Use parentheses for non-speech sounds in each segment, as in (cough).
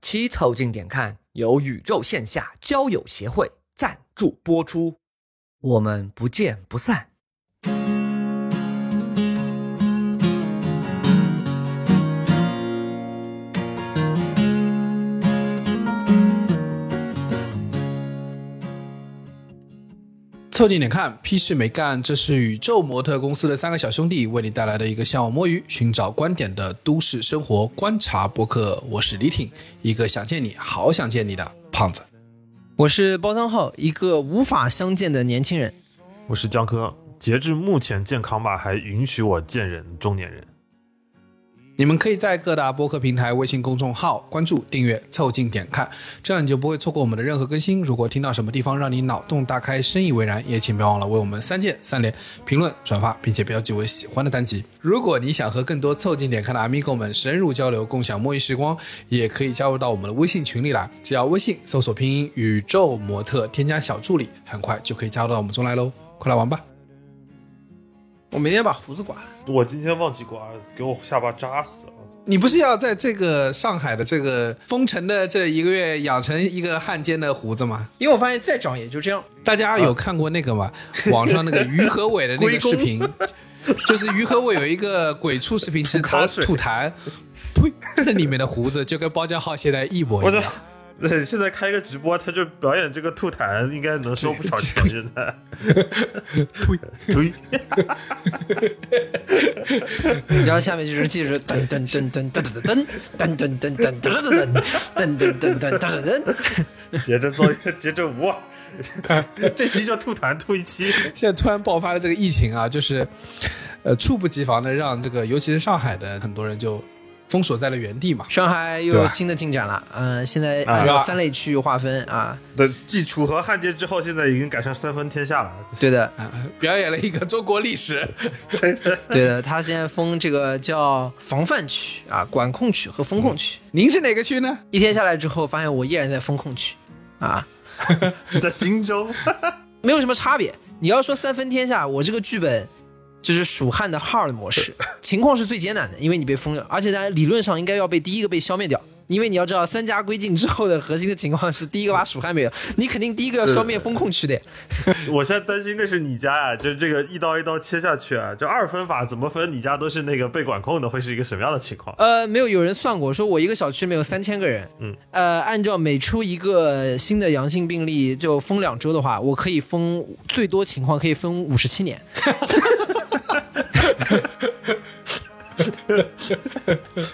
七凑近点看，由宇宙线下交友协会赞助播出。我们不见不散。凑近点看，屁事没干。这是宇宙模特公司的三个小兄弟为你带来的一个向往摸鱼、寻找观点的都市生活观察播客。我是李挺，一个想见你、好想见你的胖子。我是包商浩，一个无法相见的年轻人。我是江科，截至目前，健康码还允许我见人中年人。你们可以在各大播客平台、微信公众号关注、订阅、凑近点看，这样你就不会错过我们的任何更新。如果听到什么地方让你脑洞大开、深以为然，也请别忘了为我们三键三连、评论、转发，并且标记为喜欢的单集。如果你想和更多凑近点看的 Amigo 们深入交流、共享摸鱼时光，也可以加入到我们的微信群里来。只要微信搜索拼音“宇宙模特”，添加小助理，很快就可以加入到我们中来喽！快来玩吧！我明天把胡子刮了。我今天忘记刮，给我下巴扎死了。你不是要在这个上海的这个封城的这一个月养成一个汉奸的胡子吗？因为我发现再长也就这样。大家有看过那个 (laughs) 吗？网上那个于和伟的那个视频，就是于和伟有一个鬼畜视频，是他吐痰，呸，那里面的胡子就跟包家浩现在一模我一这样。对现在开个直播，他就表演这个吐痰，应该能收不少钱。现在，呸呸，然后下面就是记着噔噔噔噔噔噔噔噔噔噔噔噔噔噔噔噔噔噔噔噔。接着 (laughs) 奏，接着舞，啊这期就吐痰吐一期。现在突然爆发了这个疫情啊，就是，呃，猝不及防的让这个，尤其是上海的很多人就封锁在了原地嘛。上海又有新的进展了，嗯，现在按照三类区域划分啊，对，继楚河汉奸之后，现在已经改成三分天下了。对的，啊表演了一个中国历史，对的，他现在封这个叫防范区啊、管控区和风控区。您是哪个区呢？一天下来之后，发现我依然在风控区啊，在荆州，没有什么差别。你要说三分天下，我这个剧本就是蜀汉的哈尔的模式， (laughs) 情况是最艰难的，因为你被封了，而且在理论上应该要被第一个被消灭掉。因为你要知道，三家归晋之后的核心的情况是，第一个把蜀汉灭掉，你肯定第一个要消灭风控区的呀。 (laughs) 我现在担心的是你家呀、就这个一刀一刀切下去啊，这二分法怎么分？你家都是那个被管控的，会是一个什么样的情况？呃，没有，有人算过，说我一个小区里面有三千个人，嗯，呃，按照每出一个新的阳性病例就封两周的话，我可以封最多情况可以封五十七年。 (laughs)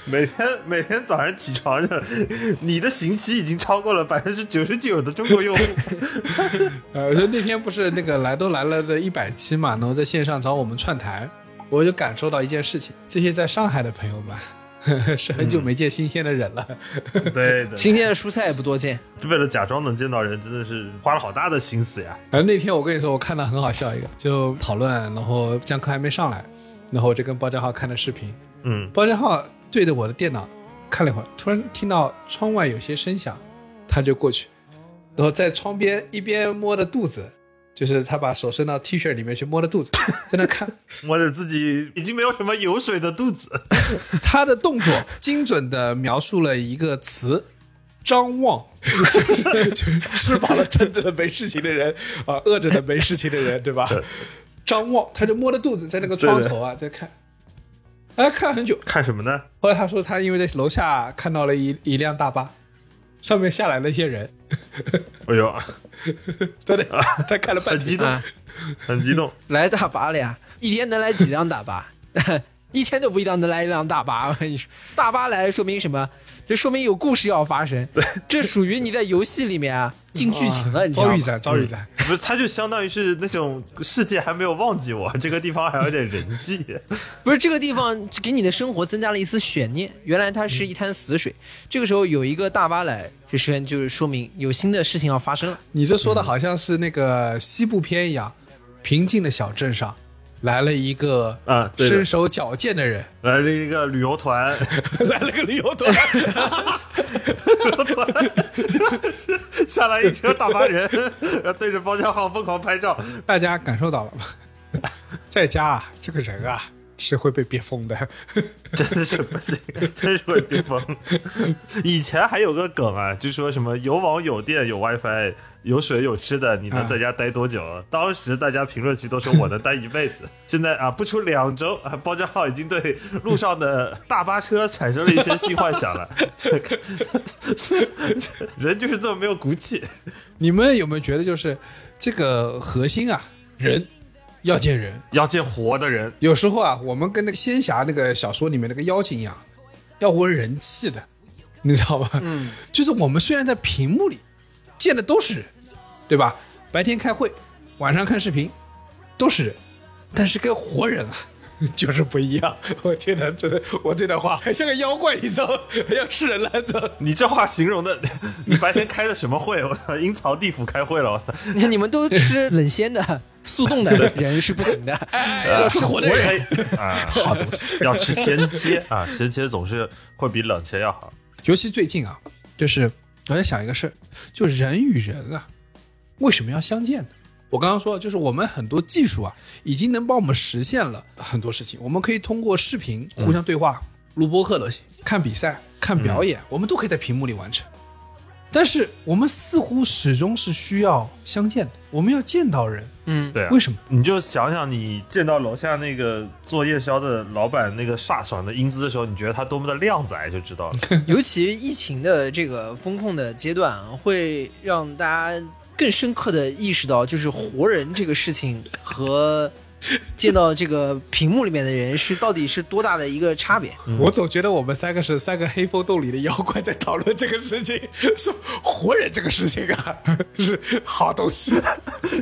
每天每天早上起床着，你的刑期已经超过了百分之九十九的中国 (laughs) 用户。呃，就那天不是那个来都来了的一百期嘛，然后在线上找我们串台，我就感受到一件事情：这些在上海的朋友们， (laughs) 呵呵是很久没见新鲜的人了。对的，新鲜的蔬菜也不多见，为了假装能见到人，真的是花了好大的心思呀。然后那天我跟你说，我看到很好笑一个，就讨论，然后江科还没上来，然后我就跟包家浩看的视频，嗯，包家浩对着我的电脑看了一会儿，突然听到窗外有些声响，他就过去，然后在窗边一边摸着肚子，就是他把手伸到 T 恤里面去摸着肚子，在那看。摸着自己已经没有什么油水的肚子，他的动作精准的描述了一个词。 (laughs) 张望，就是就是吃饱了撑着的没事情的人啊，饿着的没事情的人，对吧？张望，他就摸着肚子在那个窗头啊，在看，哎，看了很久。看什么呢？后来他说他因为在楼下看到了一一辆大巴，上面下来了一些人， (laughs) 哎呦，对对，他看了半很激天，动，啊很激动。来大巴了呀！一天能来几辆大巴？ (laughs) 一天都不一定能来一辆大巴。我跟你说，大巴来说明什么？这说明有故事要发生。这属于你在游戏里面啊进剧情了，你知哦道遭吗遇？嗯战，遭遇战。不是，他就相当于是那种世界还没有忘记我，这个地方还有点人气。不是这个地方给你的生活增加了一丝悬念。原来它是一滩死水，这个时候有一个大巴来，这时间就是说明有新的事情要发生了。 (laughs) 你这说的好像是那个西部片一样，平静的小镇上来了一个啊对的身手矫健的人，来了呃一个旅游团， (laughs) 来了个旅游团，下来一车大巴人，然后对着包家浩疯狂拍照。 (laughs) 大家感受到了吗？在家啊，这个人啊，是会被憋疯的。真的是不行，真是会憋疯。以前还有个梗啊，就说什么有网有电有 WiFi 有水有吃的，你能在家待多久？当时大家评论区都说我能待一辈子。现在啊，不出两周啊，包家浩已经对路上的大巴车产生了一些新幻想了。 (laughs) 人就是这么没有骨气。你们有没有觉得就是这个核心啊，人要见人，要见活的人，有时候啊，我们跟那个仙侠那个小说里面那个妖精一样，要闻人气的，你知道吧？嗯，就是我们虽然在屏幕里见的都是人，对吧？白天开会，晚上看视频，都是人，但是跟活人啊。 (laughs) 就是不一样，我天哪！真的，我这段话还像个妖怪，你知道吗？ (laughs) 还要吃人了，你知道吗？你这话形容的， (laughs) 你白天开的什么会？我操，阴曹地府开会了，我操！你们都吃冷鲜的、速 (laughs) 冻的人是不行的。哎， (laughs) 要吃活的人，啊，呃 (laughs) 好东西，要吃鲜切啊，鲜切总是会比冷切要好。尤其最近啊，就是我在想一个事儿，就人与人啊，为什么要相见呢？我刚刚说，就是我们很多技术啊，已经能帮我们实现了很多事情。我们可以通过视频互相对话、录播课都行，看比赛、看表嗯演，我们都可以在屏幕里完成。但是我们似乎始终是需要相见的，我们要见到人，嗯，对、啊，为什么？你就想想，你见到楼下那个做夜宵的老板那个飒爽的英姿的时候，你觉得他多么的靓仔，就知道 (laughs) 了。尤其疫情的这个风控的阶段啊，会让大家更深刻的意识到，就是活人这个事情和见到这个屏幕里面的人是到底是多大的一个差别。我总觉得我们三个是三个黑风洞里的妖怪在讨论这个事情， (laughs) 是活人这个事情啊， (laughs) 是好东西， (laughs)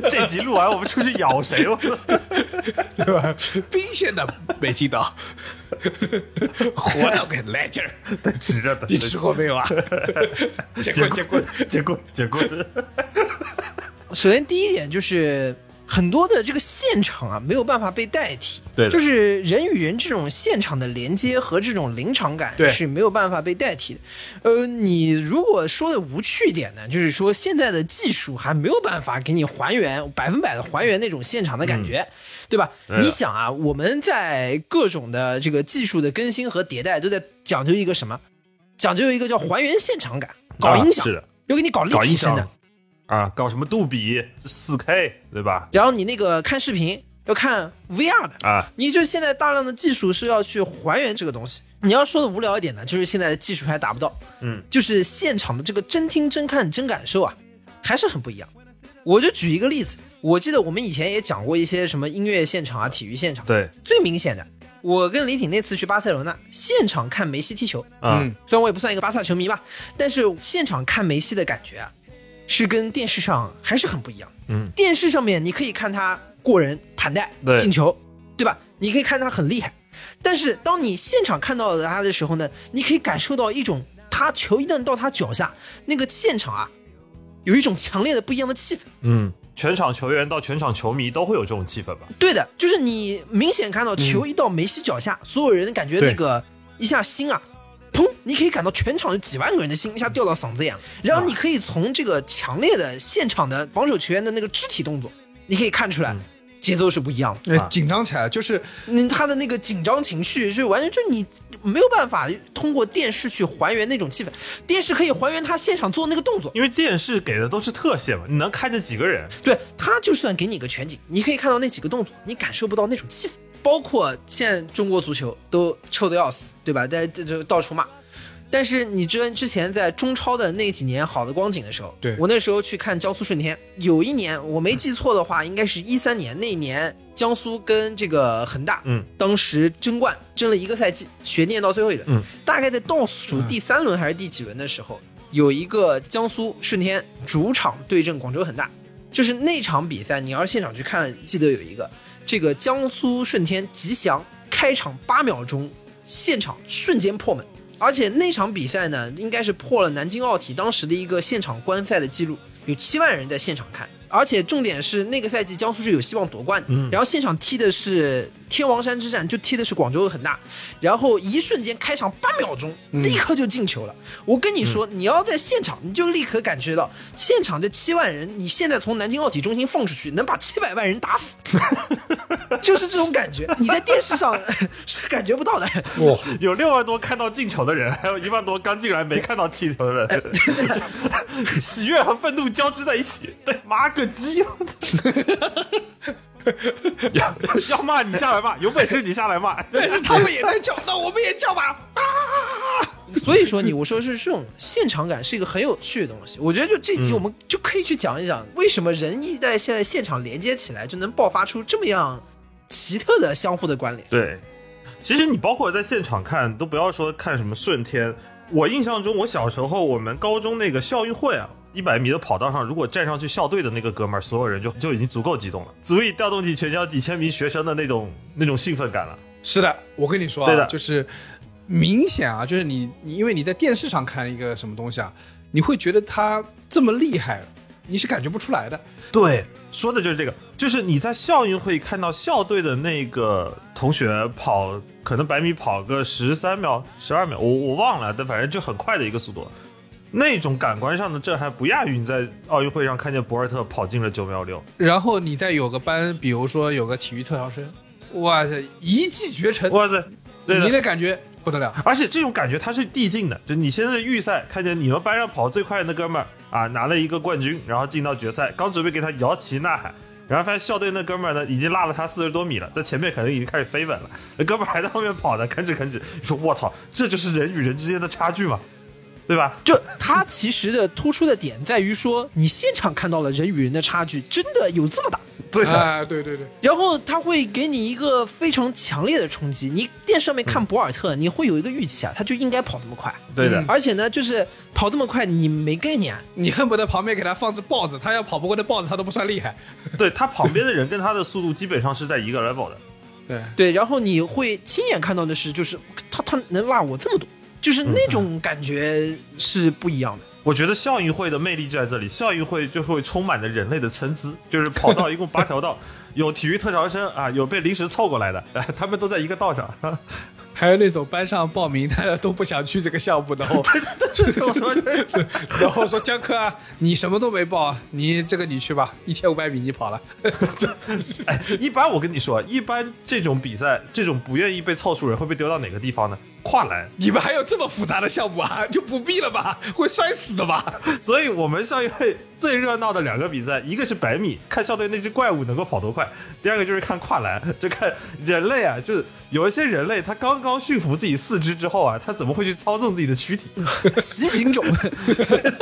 这集录完，我们出去咬谁？我操！ (laughs) 对吧？冰鲜的北京岛， (laughs) 活的我给你来劲儿，指着 (laughs) 的你吃过没有啊？结棍结棍，结棍结棍，首先第一点就是很多的这个现场啊，没有办法被代替。对的就是人与人这种现场的连接和这种临场感对是没有办法被代替的。呃，你如果说的无趣一点呢，就是说现在的技术还没有办法给你还原百分百的还原那种现场的感觉，对吧？嗯的你想啊，我们在各种的这个技术的更新和迭代，都在讲究一个什么？讲究一个叫还原现场感，搞音响，啊是的，要给你搞立搞体音声响的。啊，搞什么杜比、四 K，对吧？然后你那个看视频要看 VR 的，啊，你就现在大量的技术是要去还原这个东西。你要说的无聊一点呢，就是现在的技术还达不到，嗯，就是现场的这个真听、真看、真感受啊，还是很不一样。我就举一个例子，我记得我们以前也讲过一些什么音乐现场啊、体育现场，对最明显的，我跟李挺那次去巴塞罗那，现场看梅西踢球，啊，嗯虽然我也不算一个巴萨球迷吧，但是现场看梅西的感觉啊，是跟电视上还是很不一样。嗯，电视上面你可以看他过人、盘带、对进球，对吧？你可以看他很厉害，但是当你现场看到他的时候呢，你可以感受到一种他球一旦到他脚下，那个现场啊，有一种强烈的不一样的气氛。嗯，全场球员到全场球迷都会有这种气氛吧？对的，就是你明显看到球一到梅西脚下，所有人感觉那个一下心啊，砰！你可以感到全场有几万个人的心一下掉到嗓子眼了。然后你可以从这个强烈的现场的防守球员的那个肢体动作，你可以看出来。节奏是不一样的，哎紧张起来就是你他的那个紧张情绪是完全就你没有办法通过电视去还原那种气氛，电视可以还原他现场做的那个动作，因为电视给的都是特写嘛，你能看见几个人？对他就算给你个全景，你可以看到那几个动作，你感受不到那种气氛。包括现在中国足球都臭的要死，对吧？大家这就到处骂。但是你之之前在中超的那几年好的光景的时候，对我那时候去看江苏舜天，有一年我没记错的话，应该是一三年那一年，江苏跟这个恒大，嗯，当时争冠争了一个赛季，悬念到最后一轮，嗯，大概在倒数第三轮还是第几轮的时候，有一个江苏舜天主场对阵广州恒大，就是那场比赛，你要是现场去看，记得有一个这个江苏舜天吉祥开场八秒钟，现场瞬间破门，而且那场比赛呢，应该是破了南京奥体当时的一个现场观赛的记录，有七万人在现场看，而且重点是那个赛季江苏是有希望夺冠的，然后现场踢的是天王山之战就踢的是广州恒大，然后一瞬间开场八秒钟，立刻就进球了。我跟你说，你要在现场，你就立刻感觉到现场这七万人，你现在从南京奥体中心放出去，能把七百万人打死，就是这种感觉。你在电视上 (laughs) 是感觉不到的。哇，有六万多看到进球的人，还有一万多刚进来没看到进球的人， (laughs) 喜悦和愤怒交织在一起。对，妈个鸡！我操要要骂你下来骂，有本事你下来骂。但是他们也在叫，那我们也叫吧。啊！ (laughs) 所以说你，我说是这种现场感是一个很有趣的东西。我觉得就这嗯集我们就可以去讲一讲，为什么人一在现在现场连接起来，就能爆发出这么样奇特的相互的关联。对，其实你包括在现场看，都不要说看什么顺天。我印象中，我小时候我们高中那个校运会啊，一百米的跑道上，如果站上去校队的那个哥们儿，所有人就就已经足够激动了，足以调动起全校几千名学生的那种那种兴奋感了。是的，我跟你说对啊，的就是明显啊，就是你你因为你在电视上看一个什么东西啊，你会觉得他这么厉害，你是感觉不出来的。对，说的就是这个，就是你在校运会看到校队的那个同学跑，可能百米跑个十三秒、十二秒，我我忘了，但反正就很快的一个速度，那种感官上的震撼不亚于你在奥运会上看见博尔特跑进了九秒六。然后你再有个班，比如说有个体育特长生，哇塞，一骑绝尘，哇塞，对你的。的感觉不 (laughs) 得了。而且这种感觉它是递进的，就你现在预赛看见你们班上跑最快的那哥们儿啊拿了一个冠军，然后进到决赛，刚准备给他摇旗呐喊，然后发现校队那哥们儿呢已经落了他四十多米了，在前面可能已经开始飞吻了，那哥们儿还在后面跑呢，吭哧吭哧。你说我操，这就是人与人之间的差距嘛，对吧？就它其实的突出的点在于说，你现场看到了人与人的差距真的有这么大，对的，啊，对对对，然后它会给你一个非常强烈的冲击。你电视上面看博尔特，你会有一个预期啊，他就应该跑这么快，嗯对的。嗯而且呢，就是跑这么快你没概念，啊你恨不得旁边给他放只豹子，他要跑不过那豹子，他都不算厉害。对他旁边的人跟他的速度基本上是在一个 level 的，对，对，然后你会亲眼看到的是，就是他他能落我这么多，就是那种感觉是不一样的。我觉得校运会的魅力就在这里，校运会就会充满着人类的参差，就是跑道一共八条道，有体育特长生啊，有被临时凑过来的， (laughs) 哎他们都在一个道上。 (laughs) 还有那种班上报名大家都不想去这个项目，然后 (laughs) 然后说江科啊，你什么都没报，你这个你去吧，一千五百米你跑了， (laughs) 哎，一般我跟你说，一般这种比赛，这种不愿意被凑数人会被丢到哪个地方呢？跨栏。你们还有这么复杂的项目啊？就不必了吧，会摔死的吧？所以我们校运会最热闹的两个比赛，一个是百米，看校队那只怪物能够跑多快；第二个就是看跨栏，就看人类啊，就是有一些人类他刚刚驯服自己四肢之后啊，他怎么会去操纵自己的躯体？ (laughs) 骑行种，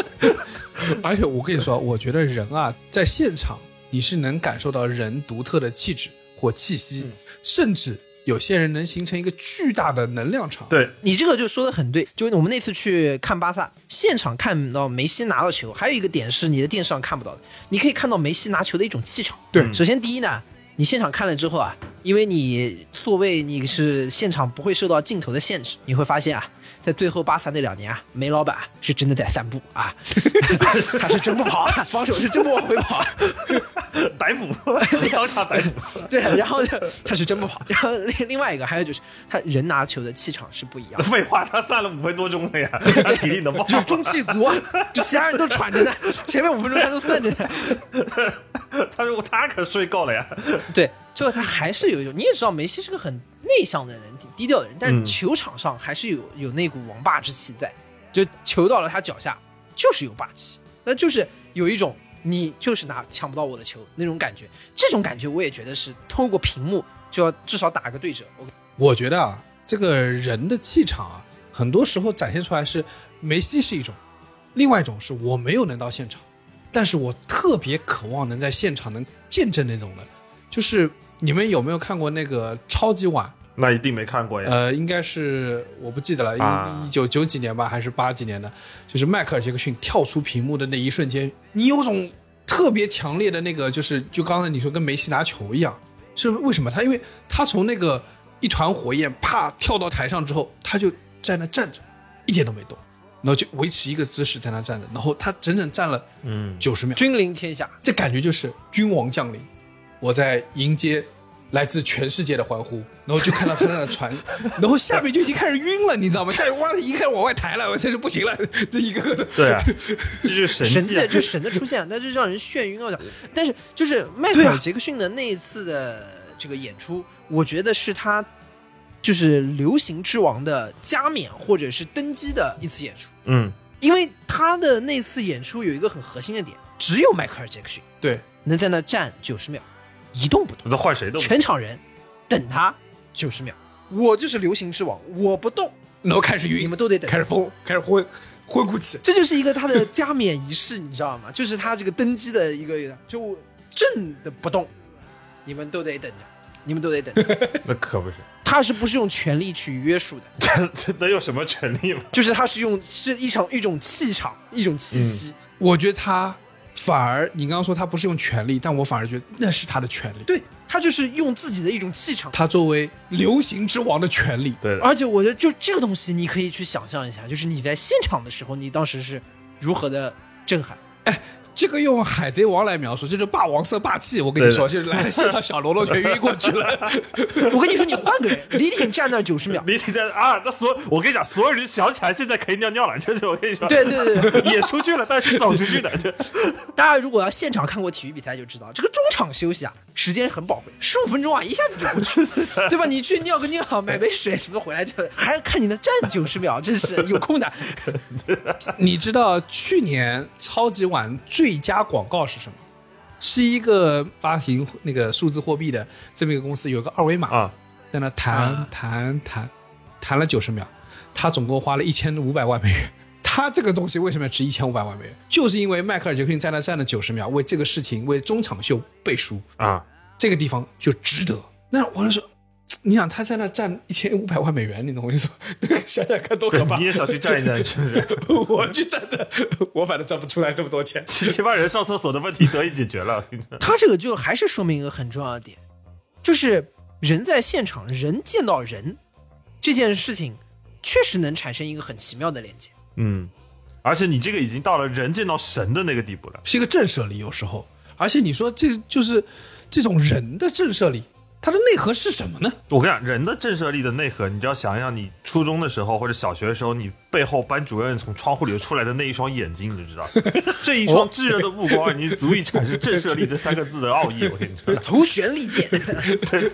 (laughs) 而且我跟你说，我觉得人啊，在现场你是能感受到人独特的气质或气息，嗯甚至有些人能形成一个巨大的能量场。对，你这个就说的很对。就我们那次去看巴萨，现场看到梅西拿到球，还有一个点是你的电视上看不到的，你可以看到梅西拿球的一种气场。对首先第一呢，你现场看了之后啊，因为你座位你是现场不会受到镜头的限制，你会发现啊。在最后巴萨那两年啊，梅老板啊是真的在散步啊， (laughs) (laughs) 他是真不跑啊，防守是真不往回跑啊，逮捕，当场逮捕。 (laughs) 对，然后就他是真不跑。然后另另外一个还有就是，他人拿球的气场是不一样的，废话，他散了五分多钟了呀，他体力能 (laughs) 爆就中气足，啊， (laughs) 就其他人都喘着呢，前面五分钟他都散着呢。 (laughs) 他说他可睡够了呀。 (laughs) 对，最后他还是有一种，你也知道梅西是个很内向的人，挺低调的人，但是嗯球场上还是有有那股王霸之气在，就球到了他脚下就是有霸气，那就是有一种你就是拿抢不到我的球那种感觉，这种感觉我也觉得是透过屏幕就要至少打个对折，我我觉得啊，这个人的气场啊，很多时候展现出来是梅西是一种，另外一种是我没有能到现场，但是我特别渴望能在现场能见证那种的，就是你们有没有看过那个超级碗？那一定没看过呀。呃，应该是我不记得了，啊一一九九几年吧，还是八几年的，就是迈克尔·杰克逊跳出屏幕的那一瞬间，你有种特别强烈的那个，就是就刚才你说跟梅西拿球一样，是为什么？他因为他从那个一团火焰啪跳到台上之后，他就在那站着，一点都没动，然后就维持一个姿势在那站着，然后他整整站了嗯，九十秒，君临天下。这感觉就是君王降临，我在迎接来自全世界的欢呼，然后就看到他那的 (laughs) 船，然后下面就已经开始晕了，你知道吗？下面哇一开始往外抬了，我真是不行了，这一个个 (laughs) 的，对啊，这就是神神迹迹啊啊，这神的出现，但是让人眩晕啊！我想，但是就是迈啊克尔·杰克逊的那一次的这个演出，我觉得是他就是流行之王的加冕或者是登基的一次演出，嗯，因为他的那次演出有一个很核心的点，只有迈克尔·杰克逊对，能在那站九十秒，一动不动，我都换谁都不全场人等他九十秒。我就是流行之王，我不动，然后开始你晕们，都得等开。始疯，开始昏，昏过去。这就是一个他的加冕仪式，你知道吗？ (laughs) 就是他这个登基的一个，就朕的不动，你们都得等着，你们都得等着。那可 (laughs) 不是，他是不是用权力去约束的？这这能有什么权利吗？就是他是用是一场一种气场，一种气息。我觉得他反而，你刚刚说他不是用权力，但我反而觉得那是他的权利，对他就是用自己的一种气场。他作为流行之王的权利。对的，而且我觉得，就这个东西，你可以去想象一下，就是你在现场的时候，你当时是如何的震撼。哎这个用《海贼王》来描述，这就是霸王色霸气。我跟你说，就是来了现场，小喽啰全晕过去 (laughs) 了。我跟你说，你换个人，李挺站那九十秒，李挺站啊，那所我跟你讲，所有人想起来现在可以尿尿了， (laughs) 这是我跟你说，对对对对， (laughs) 也出去了，但是走出去的，这大家如果要现场看过体育比赛就知道，这个中场休息啊，时间很宝贵，十五分钟啊，一下子就过去了，对吧？你去尿个尿，买杯水什么回来就还看你能站九十秒，真是有空的。你知道去年超级碗最佳广告是什么？是一个发行那个数字货币的这么一个公司，有个二维码，啊，在那弹啊弹弹，弹了九十秒，他总共花了一千五百万美元。他这个东西为什么要值一千五百万美元？就是因为迈克尔·杰克逊在那站了九十秒，为这个事情为中场秀背书。啊，这个地方就值得。那我就说，你想他在那占一千五百万美元，你懂我意思吗？ (laughs) 想想看多可怕！ (laughs) 你也想去站一站，是不是？ (laughs) 我去占的，我反正赚不出来这么多钱。起起码人上厕所的问题得以解决了，他这个就还是说明一个很重要的点，就是人在现场，人见到人这件事情，确实能产生一个很奇妙的连接。 (laughs) 嗯，而且你这个已经到了人见到神的那个地步了，是一个震慑力，有时候，而且你说这就是这种人的震慑力，它的内核是什么呢？我跟你讲，人的震慑力的内核，你只要想一想，你初中的时候或者小学的时候，你背后班主任从窗户里出来的那一双眼睛，你就知 (laughs) 道，这一双炙热的目光，已经足以产生震慑力这三个字的奥义。我跟你说，头悬利剑， (laughs)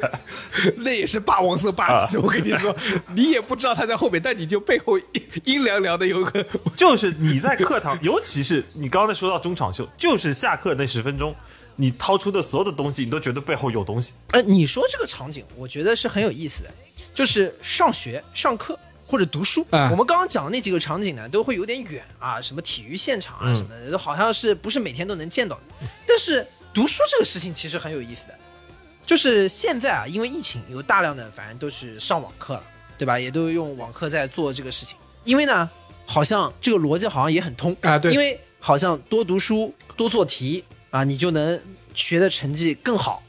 那也是霸王色霸气。我跟你 (laughs) 说，你也不知道他在后面，但你就背后阴阴凉凉的有个就是你在课堂，尤其是你刚才说到中场秀，就是下课那十分钟，你掏出的所有的东西，你都觉得背后有东西。呃，你说这个场景，我觉得是很有意思的，就是上学、上课或者读书。嗯我们刚刚讲的那几个场景呢，都会有点远啊，什么体育现场嗯啊，什么的，都好像是不是每天都能见到的。但是读书这个事情其实很有意思的，就是现在啊，因为疫情，有大量的反正都是上网课了，对吧？也都用网课在做这个事情。因为呢，好像这个逻辑好像也很通啊对因为好像多读书、多做题啊，你就能学的成绩更好。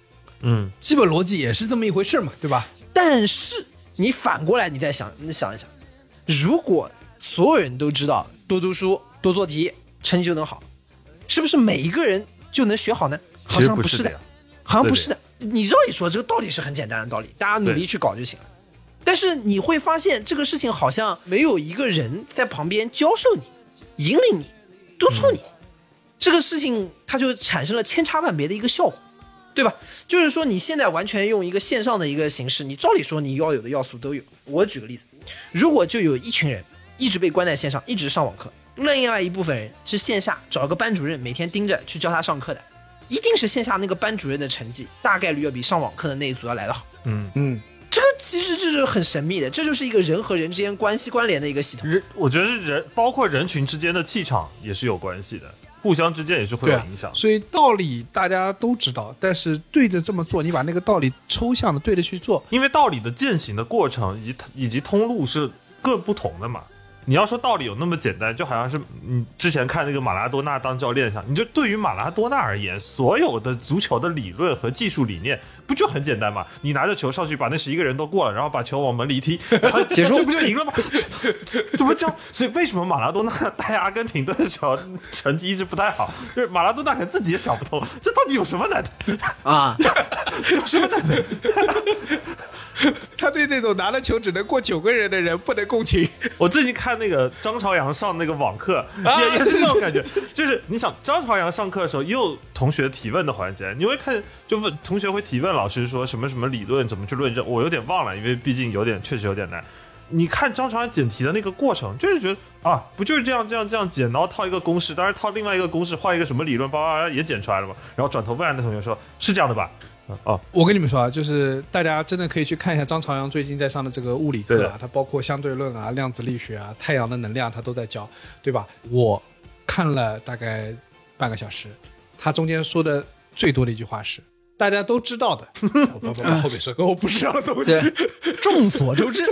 嗯， (laughs) 基本逻辑，也是这么一回事嘛，对吧？但是你反过来，你再想，你想一想，如果所有人都知道多读书、多做题，成绩就能好，是不是每一个人就能学好呢？好像不是这的，样，好像不是的。你照理说，这个道理是很简单的道理，大家努力去搞就行了。但是你会发现，这个事情好像没有一个人在旁边教授你、引领你、督促你，这个事情它就产生了千差万别的一个效果，对吧？就是说，你现在完全用一个线上的一个形式，你照理说你要有的要素都有。我举个例子，如果就有一群人一直被关在线上，一直上网课，另外一部分人是线下找个班主任每天盯着去教他上课的，一定是线下那个班主任的成绩大概率要比上网课的那一组要来得好。嗯，这个其实这是很神秘的，这就是一个人和人之间关系关联的一个系统。人，我觉得是人，包括人群之间的气场也是有关系的，互相之间也是会对有啊影响。所以道理大家都知道，但是对着这么做，你把那个道理抽象的对着去做，因为道理的践行的过程以及以及通路是各不同的嘛。你要说道理有那么简单，就好像是你之前看那个马拉多纳当教练上，你就对于马拉多纳而言，所有的足球的理论和技术理念不就很简单吗？你拿着球上去把那十一个人都过了，然后把球往门里一踢，然后结束这不就赢了吗？ (laughs) 怎么教？所以为什么马拉多纳带阿根廷队的时候成绩一直不太好？就是马拉多纳可能自己也想不通，这到底有什么难的？啊，有什么难的？ (laughs) 他对那种拿了球只能过九个人的人不能共情。我最近看那个张朝阳上那个网课，啊也也是那种 (laughs) 感觉，就是你想张朝阳上课的时候，也有同学提问的环节，你会看就问同学会提问老师说什么什么理论怎么去论证，我有点忘了，因为毕竟有点确实有点难。你看张朝阳解题的那个过程，就是觉得啊，不就是这样这样这样解，然后套一个公式，当然套另外一个公式，换一个什么理论，叭叭叭也解出来了嘛。然后转头问那同学说：“是这样的吧？”嗯哦，我跟你们说啊，就是大家真的可以去看一下张朝阳最近在上的这个物理对课啊的，它包括相对论啊、量子力学啊、太阳的能量，他都在教，对吧？我看了大概半个小时，他中间说的最多的一句话是：“大家都知 (laughs) 道的，不不不，后面说跟我不知道的东西。” (laughs) 众所 (laughs) 周知，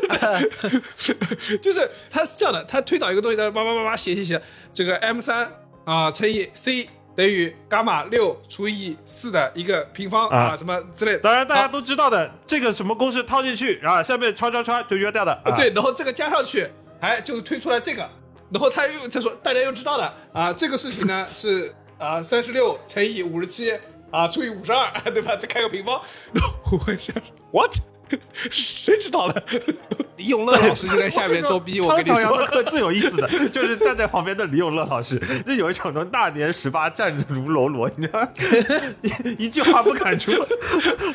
就是他是这样的，他推导一个东西，他叭叭叭叭写写写，这个 m 三啊、乘以 c 等于伽马六除以四的一个平方啊啊什么之类的。当然大好家都知道的，这个什么公式套进去，然后下面穿穿穿就约掉的。啊、对，然后这个加上去，哎，就推出来这个，然后他又他说大家又知道了啊，这个事情 (laughs) 呢是啊三十六乘以五十七啊除以五十二， (laughs) 对吧？再开个平方，然后 (laughs) 我想 what？谁知道 (laughs) 了？永乐老师就在下面装逼，我跟你张朝阳说的，课最有 (laughs) 意思的就是站在旁边的李永乐老师，就有一种能大年十八站如喽啰，你知道吗， (laughs) 一一句话不敢出，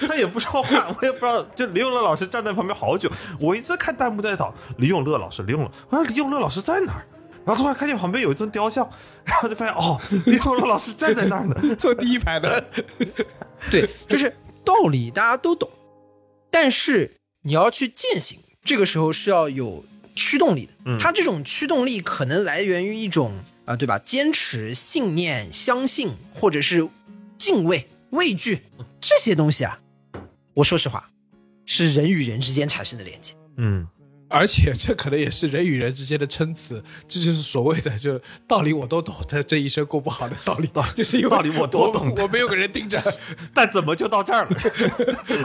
他也不说话，我也不知道。就李永乐老师站在旁边好久，我一直看弹幕在讨李永乐老师，李永乐，我说李永乐老师在哪儿？然后突然看见旁边有一尊雕像，然后就发现哦，李永乐老师站在那儿呢。 (laughs) 坐第一排的。对，就是道理大家都懂，但是你要去践行，这个时候是要有驱动力的。嗯它这种驱动力可能来源于一种啊、对吧？坚持、信念、相信，或者是敬畏、畏惧这些东西啊。我说实话，是人与人之间产生的连接。嗯，而且这可能也是人与人之间的称词，这就是所谓的就道理我都懂，但这一生过不好的道理，就是因为道理我都懂我我没有个人盯着。但怎么就到这儿了？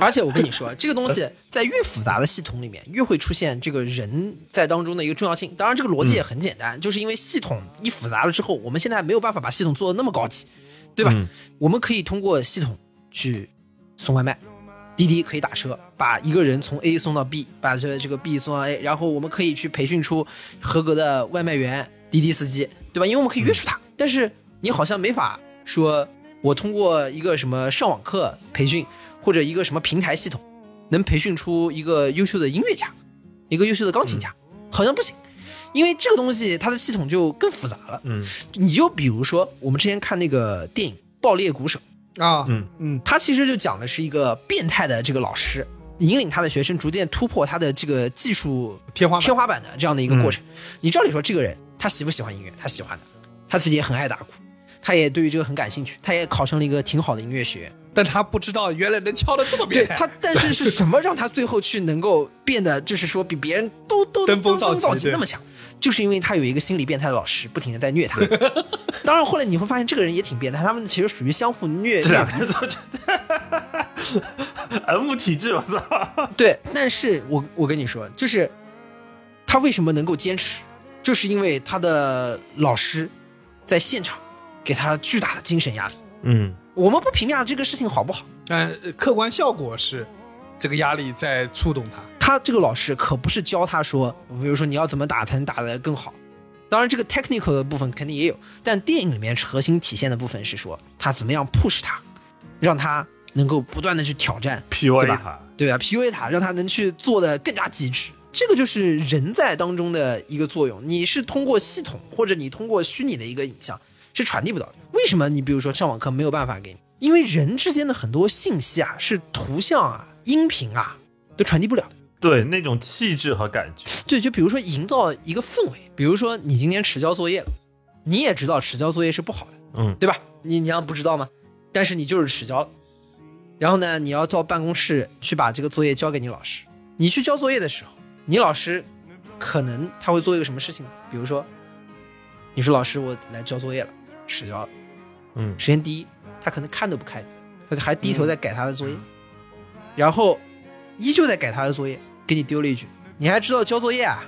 而且我跟你说，这个东西在越复杂的系统里面，越会出现这个人在当中的一个重要性。当然，这个逻辑也很简单，就是因为系统一复杂了之后，我们现在没有办法把系统做的那么高级，对吧？嗯我们可以通过系统去送外卖，滴滴可以打车，把一个人从 A 送到 B，把这这个 B 送到 A，然后我们可以去培训出合格的外卖员、滴滴司机，对吧？因为我们可以约束他，但是你好像没法说，我通过一个什么上网课培训，或者一个什么平台系统，能培训出一个优秀的音乐家，一个优秀的钢琴家，好像不行。因为这个东西，它的系统就更复杂了。嗯你就比如说，我们之前看那个电影《爆裂鼓手》， (laughs) 啊，嗯嗯，他其实就讲的是一个变态的这个老师，引领他的学生逐渐突破他的这个技术天花板天花板的这样的一个过程。嗯你照理说，这个人他喜不喜欢音乐？他喜欢的，他自己也很爱打鼓，他也对于这个很感兴趣，他也考上了一个挺好的音 (laughs) 乐学院。但他不知道原来能敲的这么对变态。他，但是是什么让他最后去能够变得，就是说比别人都 (laughs) 都登峰造极造极对那么强？就是因为他有一个心理变态的老师，不停的在 (laughs) 虐他。当然，后来你会发现这个人也挺变态，他们其实属于相互虐这啊虐两个人 (laughs) 怎么这 (laughs) M 体质，我操！对，但是我我跟你说，就是他为什么能够坚持，就是因为他的老师在现场给他巨大的精神压力。嗯，我们不评价这个事情好不好，但呃客观效果是，这个压力在触动他。他这个老师可不是教他说，比如说你要怎么打才能打得更好。当然，这个 technical 的部分肯定也有，但电影里面核心体现的部分是说他怎么样 push 他，让他能够不断的去挑战 PUA 对吧他对啊，PUA 他，让他能去做的更加极致。这个就是人在当中的一个作用。你是通过系统，或者你通过虚拟的一个影像，是传递不到的。为什么你比如说上网课没有办法给你？因为人之间的很多信息啊，是图像啊、音频啊，都传递不了的。对那种气质和感觉，对，就比如说营造一个氛围，比如说你今天迟交作业了，你也知道迟交作业是不好的，嗯对吧？你你要不知道吗？但是你就是迟交了，然后呢，你要到办公室去把这个作业交给你老师。你去交作业的时候，你老师可能他会做一个什么事情呢？比如说，你说老师，我来交作业了，迟交了。嗯首先第一，他可能看都不看你，他还低头在改他的作业，然后依旧在改他的作业，给你丢了一句：“你还知道交作业啊？”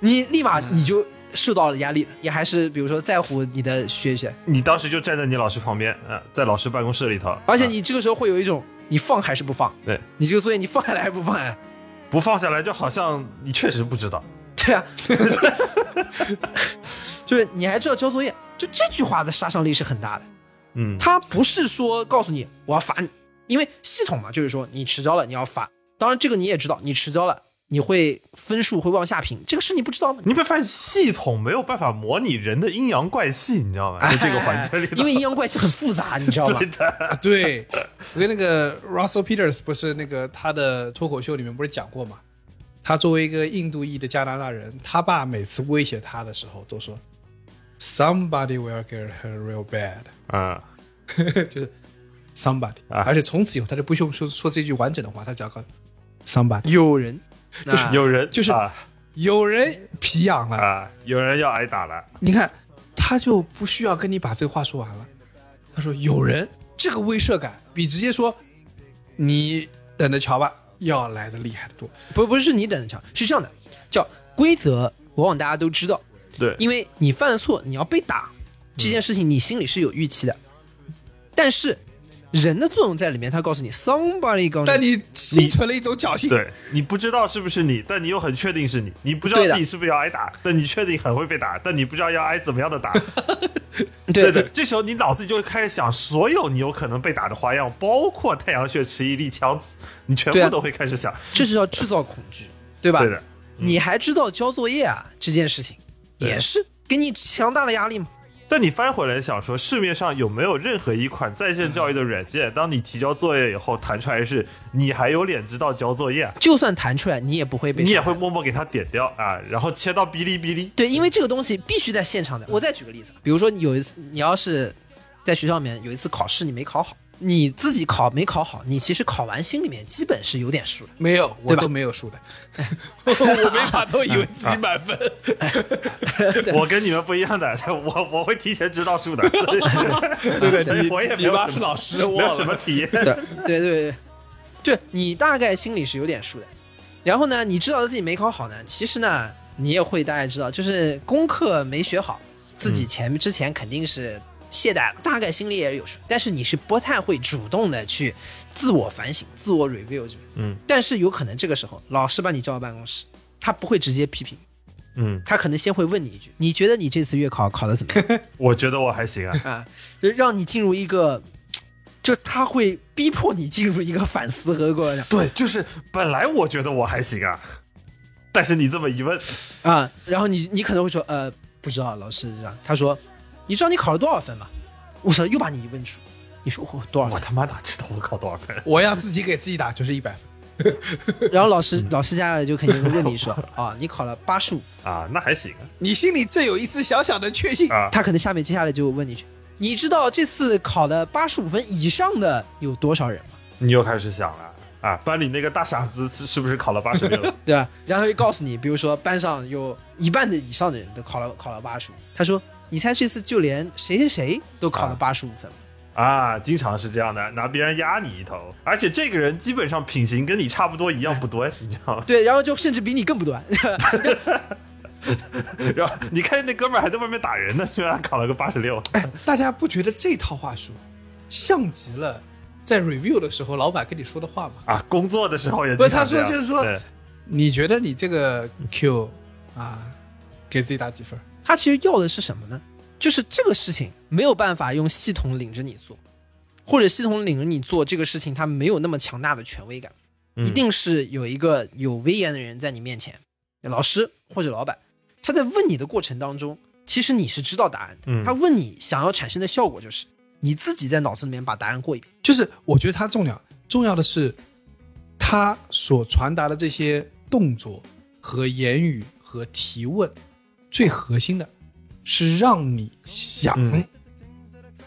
你立马你就受到了压力，也还是比如说在乎你的学习，你当时就站在你老师旁边，啊，在老师办公室里头，而且啊你这个时候会有一种你放还是不放，对你这个作业你放下来还是不放下来？不放下来，就好像你确实不知道。对 (laughs) 啊，就是你还知道交作业，就这句话的杀伤力是很大的。嗯，他不是说告诉你我要罚你，因为系统嘛，就是说你迟交了你要罚。当然这个你也知道，你迟交了你会分数会往下评，这个是你不知 (laughs) 道吗？你会发现系统没有办法模拟人的阴阳怪气，你知道吗？在这个环节里头，因为阴阳怪气很复杂，你知道吧？ (laughs) 啊对，我跟那个 Russell Peters 不是那个他的脱口秀里面不是讲过嘛？他作为一个印度裔的加拿大人，他爸每次威胁他的时候都说，Somebody will get her real bad，哎嗯，就是 Somebody，、啊而且从此以后他就不用说说这句完整的话，他只要告诉你 Somebody，有人，就是嗯有人就是啊有人皮痒了，啊，有人要挨打了，你看他就不需要跟你把这个话说完了，他说有人这个威慑感比直接说你等着瞧吧要来的厉害的多。不不是你等着瞧，是这样的，叫规则往往大家都知道，对，因为你犯了错，你要被打，这件事情你心里是有预期的。但是人的作用在里面，他告诉你 somebody 告诉但你心存了一种侥幸。对你不知道是不是你，但你又很确定是你，你不知道对的自己是不是要挨打，但你确定很会被打，但你不知道要挨怎么样的打。对的，这时候你脑子就会开始想所有你有可能被打的花样，包括太阳穴、迟疑力、枪子，你全对啊部都会开始想。这是要制造恐惧，对吧？对的，你还知道交作业啊这件事情，也是给你强大的压力嘛。但你翻回来想说，市面上有没有任何一款在线教育的软件，当你提交作业以后弹出来是你还有脸知道交作业啊，就算弹出来，你也不会被你也伤害会默默给它点掉啊，然后切到哔哩哔 (laughs) 哩。对，因为这个东西必须在现场的。我再举个例子，比如说你有一次，你要是在学校里面有一次考试你没考好，你自己考没考好，你其实考完心里面基本是有点数的。没有，我对吧都没有输的， (laughs) 我每把都以为自己满分。嗯 (laughs) 我跟你们不一样的， (laughs) 我我会提前知道 (laughs) 数的，对 (laughs) 对所以我也没你有妈什是么老师， (laughs) 没有忘 (laughs) 什么了。体验。对对对对，对你大概心里是有点数的。然后呢，你知道自己没考好呢，其实呢，你也会大概知道，就是功课没学好，自己前之前肯定是懈怠了，大概心里也有数，但是你是不太会主动的去自我反省、自我 review 这边。嗯，但是有可能这个时候老师把你叫到办公室，他不会直接批评，嗯，他可能先会问你一句：“你觉得你这次月考考的怎么样？”我觉得我还行啊。啊，就让你进入一个，就他会逼迫你进入一个反思和过程对，就是本来我觉得我还行啊，但是你这么一问，啊，然后你你可能会说，呃，不知道老师这样，他说，你知道你考了多少分吗？我操，又把你问住，你说我、多少我分？他妈哪知道我考多少分？我要自己给自己打就是一百分，然后老师老师家就肯定会问你说， (laughs) 啊，你考了八十五，啊，那还行你心里正有一丝小小的确幸。啊。啊他可能下面接下来就问你一句，你知道这次考了八十五分以上的有多少人吗？你又开始想了啊，班里那个大傻子是是不是考了八十六？ (laughs) 对吧？然后又告诉你，比如说班上有一半的以上的人都考了考了八十五，他说你猜这次就连谁谁谁都考了啊八十五分，啊，经常是这样的，拿别人压你一头，而且这个人基本上品行跟你差不多一样不端，你知道吗？ (laughs) 对，然后就甚至比你更不端，然后你看那哥们儿还在外面打人呢，居然考了个八十六。哎，大家不觉得这套话术像极了在 review 的时候老板跟你说的话吗？啊，工作的时候也不经是他常这说样就是说对你觉得你这个 Q 啊，给自己打几分？他其实要的是什么呢？就是这个事情没有办法用系统领着你做，或者系统领着你做这个事情，它没有那么强大的权威感，嗯一定是有一个有威严的人在你面前，老师或者老板，他在问你的过程当中，其实你是知道答案的，嗯他问你想要产生的效果就是你自己在脑子里面把答案过一遍。就是我觉得它重要，重要的是他所传达的这些动作和言语和提问，最核心的是让你想，嗯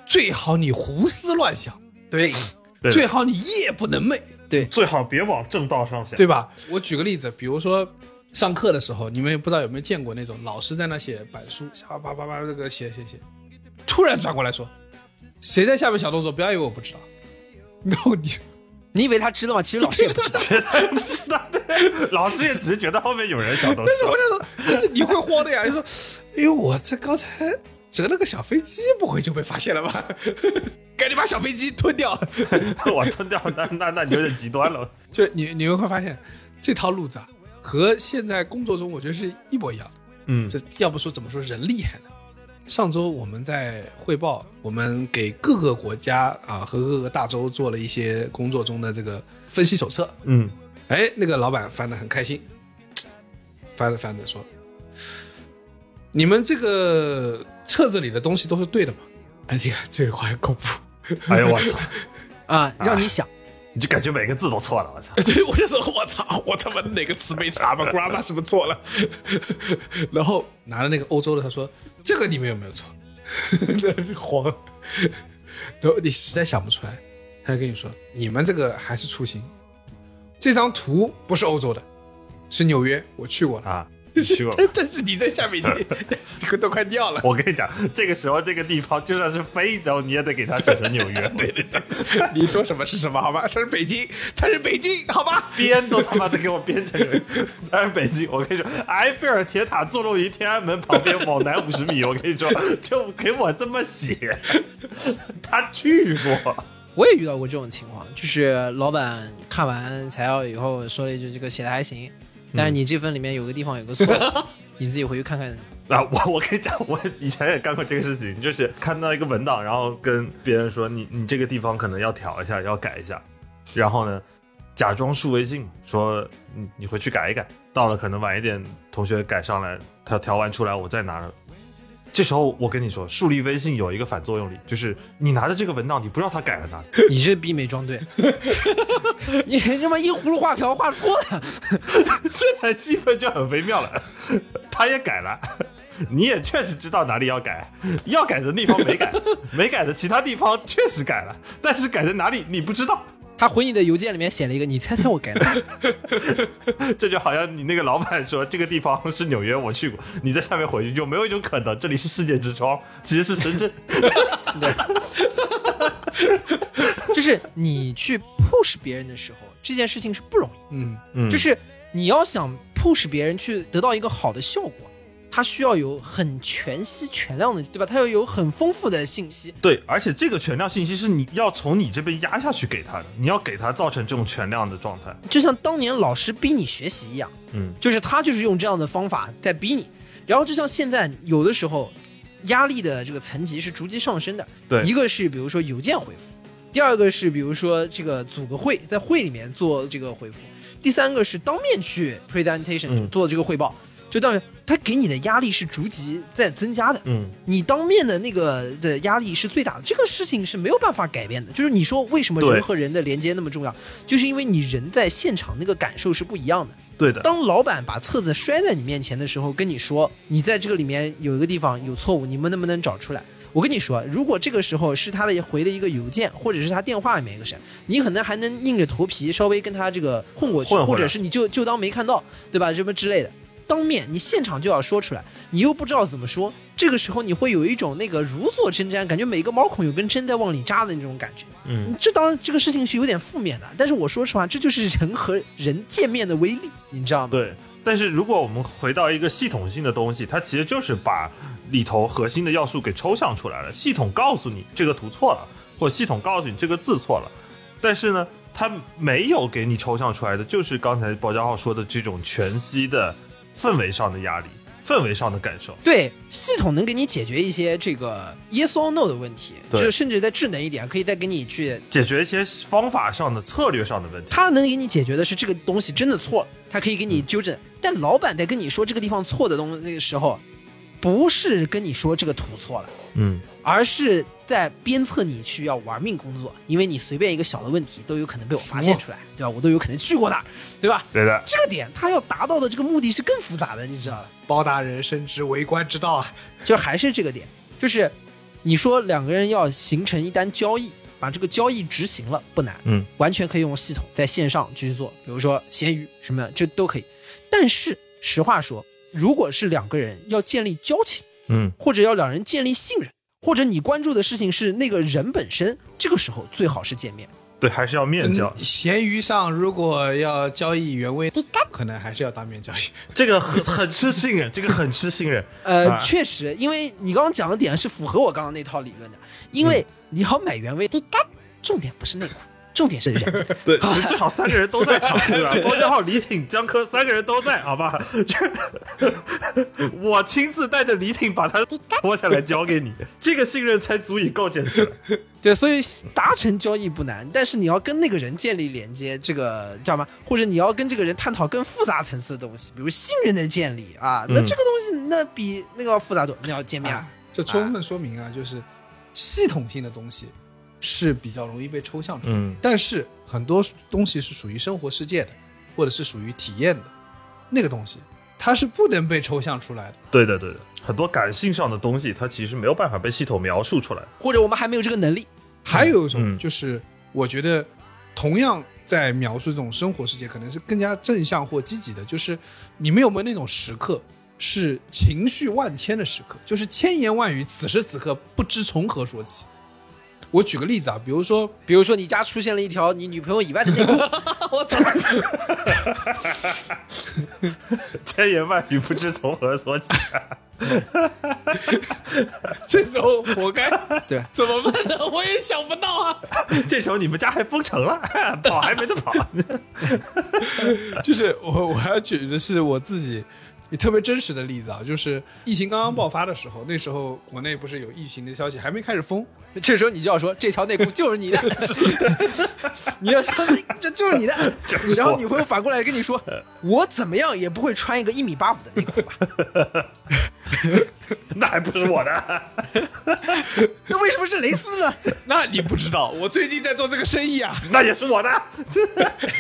最好你胡思乱想，对，对的最好你夜不能寐，对最好别往正道上 (laughs) 想。对吧？我举个例子，比如说上课的时候，你们也不知道有没有见过那种老师在那写板书，啪啪啪啪这个写写写，突然转过来说，谁在下面小动作？不要以为我不知道。然后你你以为他知道吗？其实老师也不知 (laughs) 道。不知道的，老师也只是觉得后面有人想动但是我作。就说，但是你会慌的呀，就说，哎呦，我这刚才折了个小飞机，不会就被发现了吧？赶紧把小飞机吞掉。 (laughs) 我吞掉，那那那你有点极端了。就你你们会发现，这套路子啊，和现在工作中我觉得是一模一样的。嗯，这要不说怎么说人厉害呢？上周我们在汇报，我们给各个国家啊和各个大洲做了一些工作中的这个分析手册。嗯，哎，那个老板翻得很开心，翻着翻着说：“你们这个册子里的东西都是对的吗？”哎，你看这个话很恐怖。哎呦我操，啊，让你想，你就感觉每个字都错了，我操。 (laughs) 对，我就说我操，我他妈哪个词没查 (laughs) 吧，grammar 是不是错了？然后拿了那个欧洲的，他说这个你们有没有错？ (laughs) 那是慌。然后你实在想不出来，他就跟你说你们这个还是粗心。这张图不是欧洲的，是纽约，我去过了。啊，你去过吧？ (laughs) 但是你在下面， (laughs) 你你都快尿了。 (laughs) 我跟你讲，这个时候这个地方就算是非洲，你也得给它写成纽约， (laughs) 对对对，你说什么是什么，好吧？他是北京，他是北京，好吧？编都他妈的给我编成纽约。但是北京，我跟你说，埃菲尔铁塔坐落于天安门旁边，往南五十米。我跟你说，就给我这么写，他去过，我也遇到过这种情况，就是老板看完材料以后说了一句：“这个写的还行，但是你这份里面有个地方有个错，你自己回去看看。啊，我我跟你讲，我以前也干过这个事情，就是看到一个文档，然后跟别人说你你这个地方可能要调一下，要改一下，然后呢，假装树微信说你你回去改一改，到了可能晚一点，同学改上来，他调完出来我再拿了。这时候我跟你说，树立微信有一个反作用力，就是你拿着这个文档，你不知道他改了哪里，”你这逼没装对，你他妈一葫芦画瓢画错了。 (laughs) 这才气氛就很微妙了。 (laughs) 他也改了， (laughs) 你也确实知道哪里要改，要改的地方没改， (laughs) 没改的其他地方确实改了，但是改在哪里你不知道。他回你的邮件里面写了一个：“你猜猜我改的。这就好像你那个老板说这个地方是纽约，我去过，你在下面回去有没有一种可能，这里是世界之窗，其实是深圳？就是你去 push 别人的时候，这件事情是不容易的。嗯，嗯就是你要想 push 别人去得到一个好的效果，他需要有很全息全量的，对吧？他要有很丰富的信息。 (laughs) 对，而且这个全量信息是你要从你这边压下去给他的，你要给他造成这种全量的状态。就像当年老师逼你学习一样，嗯，就是他就是用这样的方法在逼你。然后就像现在有的时候，压力的这个层级是逐级上升的。对一个是比如说邮件回复，第二个是比如说这个组个会，在会里面做这个回复，第三个是当面去 presentation、嗯做这个汇报。就当然，他给你的压力是逐级在增加的。嗯，你当面的那个的压力是最大的，这个事情是没有办法改变的。就是你说为什么对人和人的连接那么重要，就是因为你人在现场那个感受是不一样的。对的。当老板把册子摔在你面前的时候，跟你说你在这个里面有一个地方有错误，你们能不能找出来？我跟你说，如果这个时候是他的回的一个邮件，或者是他电话里面一个谁，你可能还能硬着头皮稍微跟他这个混过去，混混或者是你就就当没看到，对吧？什么之类的。当面你现场就要说出来，你又不知道怎么说，这个时候你会有一种那个如坐针毡，感觉每个毛孔有根针在往里扎的那种感觉。嗯，这当然这个事情是有点负面的，但是我说实话，这就是人和人见面的威力，你知道吗？对，但是如果我们回到一个系统性的东西，它其实就是把里头核心的要素给抽象出来了。系统告诉你这个图错了，或系统告诉你这个字错了，但是呢，它没有给你抽象出来的，就是刚才包家浩说的这种全息的氛围上的压力，氛围上的感受。对，系统能给你解决一些这个 yes or no 的问题，对就甚至再智能一点，可以再给你去，解决一些方法上的、策略上的问题。它能给你解决的是这个东西真的错了，它可以给你嗯纠正。但老板在跟你说这个地方错的东那个时候，不是跟你说这个图错了，嗯，而是在鞭策你去要玩命工作，因为你随便一个小的问题都有可能被我发现出来，对吧？我都有可能去过那儿，对吧？对的。这个点他要达到的这个目的是更复杂的，你知道吧？包大人深知为官之道啊。就还是这个点，就是你说两个人要形成一单交易，把这个交易执行了不难，嗯，完全可以用系统在线上继续做，比如说闲鱼什么的，这都可以。但是实话说，如果是两个人要建立交情，嗯，或者要两人建立信任，或者你关注的事情是那个人本身，这个时候最好是见面。对，还是要面 (laughs) 交。闲嗯鱼上如果要交易原味，可能还是要当面交易。这个很很吃信任，这个很吃信任。呃，啊确实，因为你刚刚讲的点是符合我刚刚那套理论的，因嗯为你要买原味，重点不是内裤，重点是 (laughs) 人。对，其实最好三个人都在场， (laughs) 对吧？包家浩、李挺、江科三个人都在，好吧？ (laughs) 这我亲自带着李挺把他脱下来交给你，这个信任才足以构建起来。对，所以达成交易不难，但是你要跟那个人建立连接，这个知道吗？或者你要跟这个人探讨更复杂层次的东西，比如信任的建立啊，那嗯这个东西那比那个要复杂多，那要见面啊。啊，这充分说明啊，就是系统性的东西是比较容易被抽象出来的 (laughs) 嗯，但是很多东西是属于生活世界的，或者是属于体验的，那个东西它是不能被抽象出来的。对的，对的。很多感性上的东西，它其实没有办法被系统描述出来。或者我们还没有这个能力。还有一嗯种就是，我觉得同样在描述这种生活世界，可能是更加正向或积极的，就是你们有没有那种时刻？是情绪万千的时刻，就是千言万语，此时此刻不知从何说起。我举个例子啊，比如说比如说你家出现了一条你女朋友以外的内裤，千言万语不知从何说起。啊 (laughs) 这种，我该对，怎么办呢？我也想不到啊。这时候你们家还封城了， (laughs) 跑还没得跑。就是我我要举的是我自己也特别真实的例子啊，就是疫情刚刚爆发的时候，那时候国内不是有疫情的消息，还没开始封，这时候你就要说这条内裤就是你的， (laughs) 你要相信这就是嗯你的。然后女朋友反过来跟你说，我怎么样也不会穿一个一米八五的内裤吧？那还不是我的，那为什么是蕾丝呢？那你不知道，我最近在做这个生意啊。那也是我的，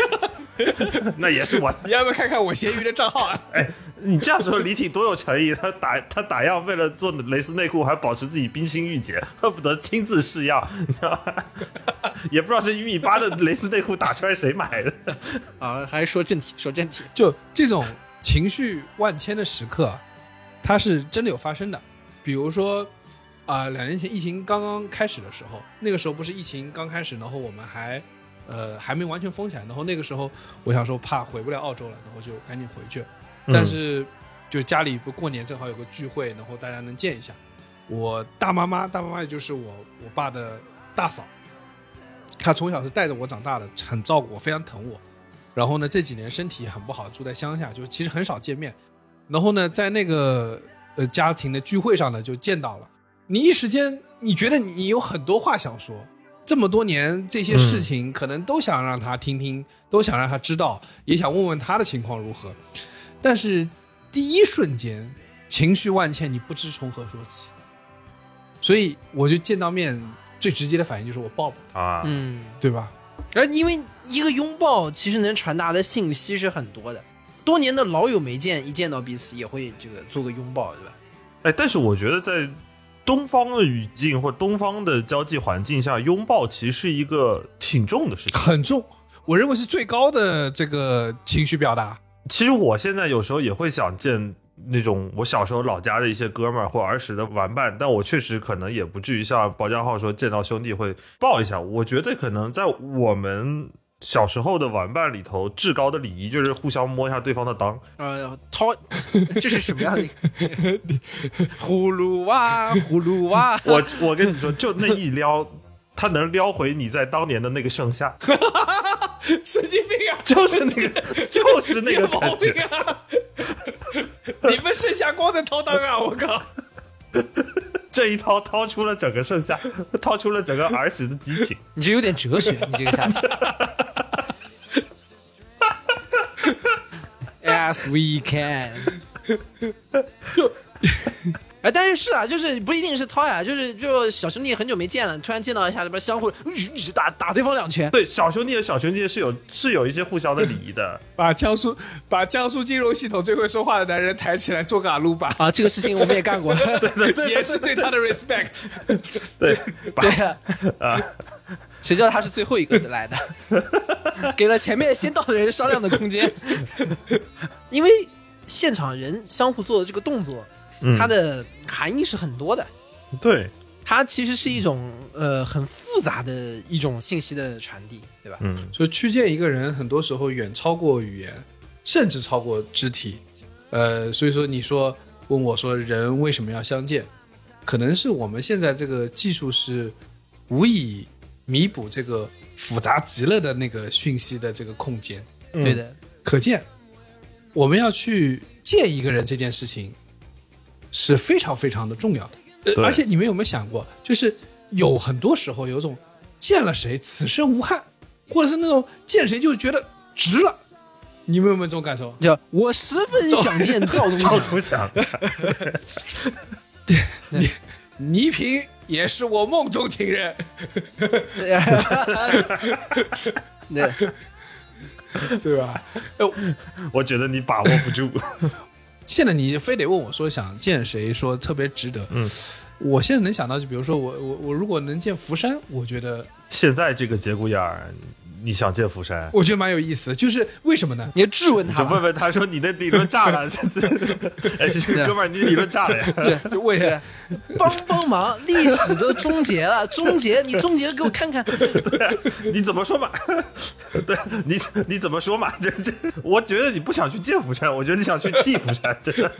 (laughs) 那也是我的。你要不要看看我闲鱼的账号啊？哎，你这样说李挺多有诚意，他打他打样为了做蕾丝内裤还保持自己冰心玉洁，恨不得亲自试样，你知道吧？ (laughs) 也不知道是一米八的蕾丝内裤打出来谁买的。 (laughs) 啊，还是说正题，说正题。就这种情绪万千的时刻啊，它是真的有发生的。比如说，啊、两年前疫情刚刚开始的时候，那个时候不是疫情刚开始，然后我们还呃还没完全封起来，然后那个时候我想说怕回不了澳洲了，然后就赶紧回去。但是就家里不过年正好有个聚会，然后大家能见一下。我大妈妈，大妈妈也就是我我爸的大嫂，她从小是带着我长大的，很照顾我，非常疼我。然后呢，这几年身体也很不好，住在乡下，就其实很少见面。然后呢，在那个呃家庭的聚会上呢，就见到了。你一时间，你觉得你有很多话想说，这么多年这些事情，可能都想让他听听，都想让他知道，也想问问他的情况如何。但是第一瞬间情绪万千，你不知从何说起。所以我就见到面最直接的反应就是我抱抱，啊，嗯，对吧？而因为一个拥抱其实能传达的信息是很多的，多年的老友没见，一见到彼此也会这个做个拥抱，对吧？哎，但是我觉得在东方的语境或东方的交际环境下，拥抱其实是一个挺重的事情。很重，我认为是最高的这个情绪表达。其实我现在有时候也会想见那种我小时候老家的一些哥们儿或儿时的玩伴，但我确实可能也不至于像包江浩说见到兄弟会抱一下。我觉得可能在我们小时候的玩伴里头，至高的礼仪就是互相摸一下对方的 (laughs) 裆。呃，掏， (laughs) 这是什么样的一个？ (laughs) 呼噜哇，呼噜哇，我我跟你说，就那一撩。他能撩回你在当年的那个盛夏，神经病啊！就是那个， (laughs) 就是那个 (laughs) 有毛感病觉。啊！你们剩下光在掏裆啊！我靠！这一掏掏出了整个盛夏，掏出了整个儿时的激情。 (laughs) 你这有点哲学，你这个夏天。Yes, we can 。哎，但是是啊，就是不一定是掏呀，就是就小兄弟很久没见了，突然见到一下，这边相互打打对方两拳，对，小兄弟和小兄弟是有是有一些互相的礼仪的。把江苏把江苏金融系统最会说话的男人抬起来做个阿鲁巴，啊，这个事情我们也干 (laughs) 过， (laughs) (laughs) 也是对他的 respect。 (laughs) 对，把对啊，啊， (laughs) 谁知道他是最后一个来的， (laughs) 给了前面先到的人商量的空间。 (laughs) 因为现场人相互做的这个动作，嗯它的含义是很多的，对，它其实是一种呃很复杂的一种信息的传递，对吧？ (laughs) 嗯，就去见一个人，很多时候远超过语言，甚至超过肢体。呃，所以说你说问我说人为什么要相见，可能是我们现在这个技术是无以弥补这个复杂极了的那个讯息的这个空间。对的，可见，我们要去见一个人这件事情是非常非常的重要的。对呃、而且你们有没有想过，就是有很多时候有种见了谁此生无憾，或者是那种见谁就觉得值了。你们有没有这种感受？叫我十分想见赵忠赵祥，忠祥，倪萍也是我梦中情人，对， (laughs) (laughs) 对吧？我觉得你把握不住。 (laughs) 现在你非得问我说想见谁，说特别值得。嗯，我现在能想到就比如说我我我如果能见福山，我觉得现在这个节骨眼儿，你想见釜山？我觉得蛮有意思的。就是为什么呢？你要质问他就吧，问问他说你那理论炸了， (laughs) 哎，这个哥们儿，你理论炸了呀？ (laughs) 对，就为什么？帮帮忙，历史都终结 (laughs) 了，终结，你终结给我看看，你怎么说嘛？ (laughs) 对，你你怎么说嘛？ (laughs) 这这，我觉得你不想去见釜山，我觉得你想去祭釜山，真的。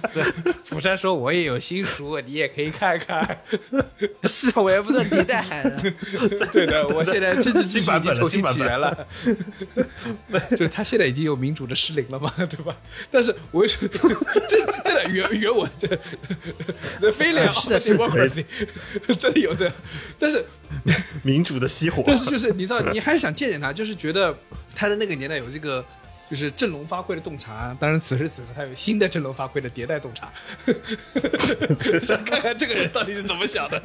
釜山说：“我也有新书，你也可以看看。是我也不知道你啊带孩 (laughs) 子，” (laughs) 对的，我现在政治技新术版已经本了重新新版起源了。 (laughs) 就是他现在已经有民主的失灵了嘛， (laughs) 对吧？但是我也是 (laughs) 这这的原原文这 (laughs) the failure 啊是的是 d e m o c r a c y (laughs) 真的有的。但是民主的熄火，但是就是你知道，你还想见见他，就是觉得他的那个年代有这个。就是振聋发聩的洞察，当然此时此刻他有新的振聋发聩的迭代洞察， (laughs) 想看看这个人到底是怎么想的。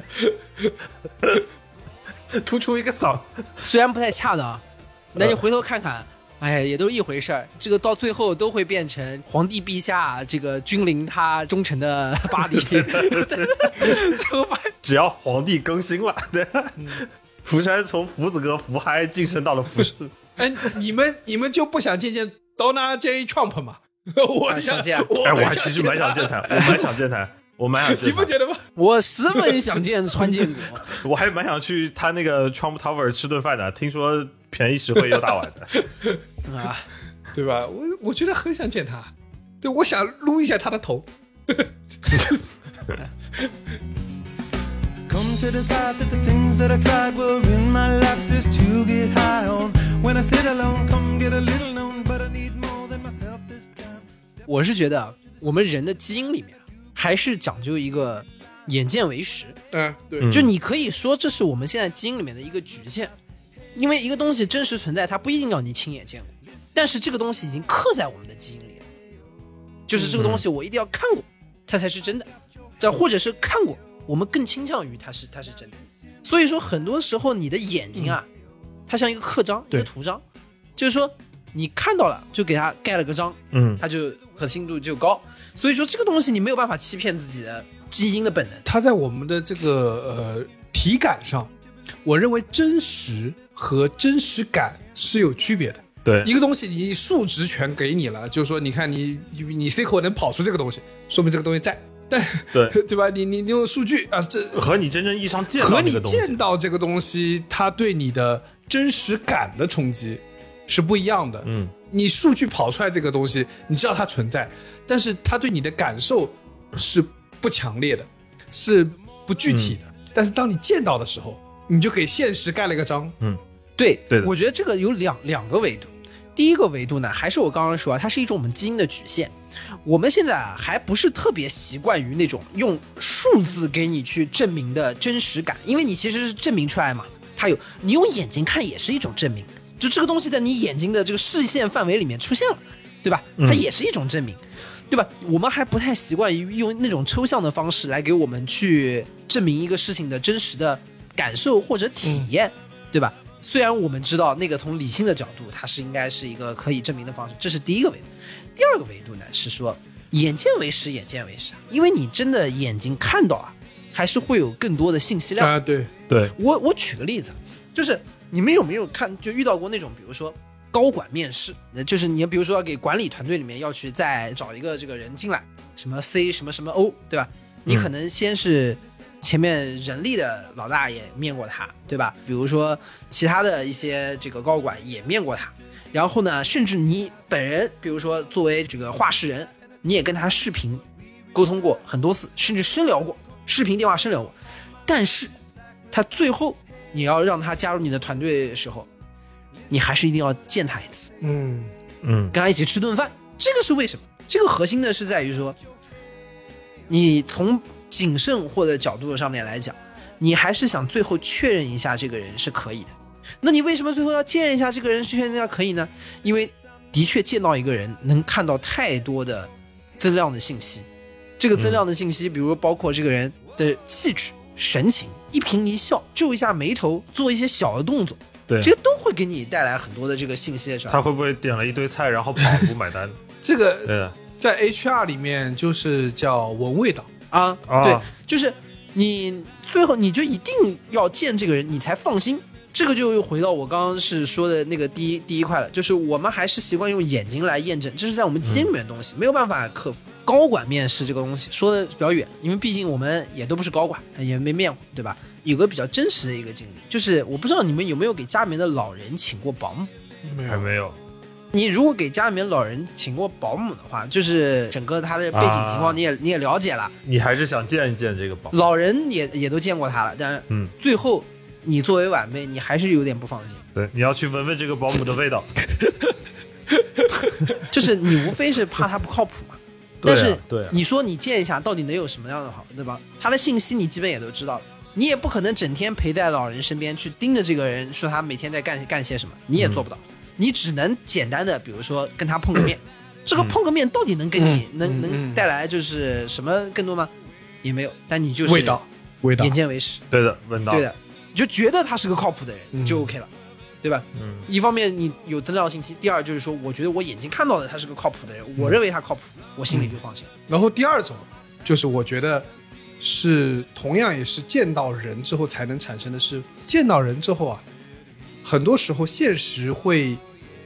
(laughs) 突出一个嗓，虽然不太恰当，啊那你回头看看。哎，也都一回事儿，这个到最后都会变成皇帝陛下这个君临他忠诚的巴 (laughs) 黎，最后发现只要皇帝更新了， (laughs) 对。釜山从福子哥福嗨晋升到了 (laughs) 福士，哎，你们你们就不想见见 Donald J Trump 吗？ (laughs) 我想见啊我哎，我蛮还其实蛮想见他，他，我蛮想见他，我蛮想 (laughs) 你见不他，觉得吗？我十分想见川建国，我还蛮想去他那个 Trump Tower 吃顿饭的，听说便宜实惠又大碗的。 (laughs) 啊，对吧？我我觉得很想见他，对，我想撸一下他的头。 Come to decide that the things that I tried were in my life just to get high on. When I sit alone, come get a little known, but I need more than myself this time. 我是觉得我们人的基因里面还是讲究一个眼见为实，嗯，对，就你可以说这是我们现在基因里面的一个局限，因为一个东西真实存在，它不一定要你亲眼见过，但是这个东西已经刻在我们的基因里了，就是这个东西我一定要看过，它才是真的，这或者是看过，我们更倾向于它是它是真的，所以说很多时候你的眼睛啊，它像一个刻章，一嗯对个图章，就是说你看到了就给它盖了个章，嗯，它就可信度就高，所以说这个东西你没有办法欺骗自己的基因的本能，他在我们的这个呃体感上，我认为真实和真实感是有区别的。对一个东西你数值全给你了，就是说，你看你你你 C 口能跑出这个东西，说明这个东西在， (laughs) 但对，对吧？你你你用数据啊，这和你真正意义上见和到这你个东西见，到这个东西，它对你的真实感的冲击是不一样的。嗯，你数据跑出来这个东西，你知道它存在，但是它对你的感受是不强烈的，是不具体的。嗯但是当你见到的时候，你就给现实盖了一个章。对，对的我觉得这个有两两个维度。第一个维度呢，还是我刚刚说啊，它是一种我们基因的局限。我们现在啊，还不是特别习惯于那种用数字给你去证明的真实感，因为你其实是证明出来嘛。它有，你用眼睛看也是一种证明，就这个东西在你眼睛的这个视线范围里面出现了，对吧？它也是一种证明，对吧？我们还不太习惯于用那种抽象的方式来给我们去证明一个事情的真实的感受或者体验，对吧？虽然我们知道那个从理性的角度，它是应该是一个可以证明的方式，这是第一个维度。第二个维度呢是说，眼见为实，眼见为实，因为你真的啊嗯眼睛看到啊，还是会有更多的信息量。啊，对，对，我我举个例子，就是你们有没有看就遇到过那种，比如说高管面试，呃就是你比如说给管理团队里面要去再找一个这个人进来，什么 C 什么什么 O，对吧？你可能先是前面人力的老大也面过他，对吧？比如说其他的一些这个高管也面过他，然后呢，甚至你本人，比如说作为这个话事人，你也跟他视频沟通过很多次，甚至深聊过，视频电话深聊过，但是他最后你要让他加入你的团队的时候，你还是一定要见他一次，嗯，嗯跟他一起吃顿饭。这个是为什么？这个核心呢是在于说，你从谨慎或者角度上面来讲，你还是想最后确认一下这个人是可以的。那你为什么最后要见一下这个人，确认一下可以呢？因为的确见到一个人，能看到太多的增量的信息。这个增量的信息，比如包括这个人的气质、神情、一颦一笑、皱一下眉头、做一些小的动作，对这些都会给你带来很多的这个信息的传他递。会不会点了一堆菜然后跑不 (laughs) 买单？这个对，啊在 HR 里面就是叫闻味道，啊，啊对，就是你最后你就一定要见这个人，你才放心。这个就又回到我刚刚是说的那个第一第一块了，就是我们还是习惯用眼睛来验证，这是在我嗯们基因里面的东西，没有办法克服。高管面试这个东西说的比较远，因为毕竟我们也都不是高管，也没面过，对吧？有个比较真实的一个经历，就是我不知道你们有没有给家里面的老人请过保姆。没还没有，你如果给家里面老人请过保姆的话，就是整个他的背景情啊况你也、你也了解了，你还是想见一见这个宝。老人也也都见过他了，但嗯最后你作为晚辈，你还是有点不放 (laughs) 心，对，你要去闻闻这个保姆的 (laughs) 味道。就是你无非是怕他不靠谱嘛。对啊但是对啊你说你见一下，到底能有什么样的好，对吧？他的信息你基本也都知道了，你也不可能整天陪在老人身边去盯着这个人，说他每天在干干些什么，你也做不到。嗯你只能简单的，比如说跟他碰个面，这个碰个面到底能嗯给你、能能带来就是什么更多吗？也没有，但你就是味道，味道眼，见为实。对的，闻到。对啊的，你就觉得他是个靠谱的人，嗯就 OK 了，对吧？嗯，一方面你有增量信息，第二就是说，我觉得我眼睛看到的他是个靠谱的人，我认为他靠谱，我心里就放心了。然后第二种就是我觉得是同样也是见到人之后才能产生的是，见到人之后啊，很多时候现实会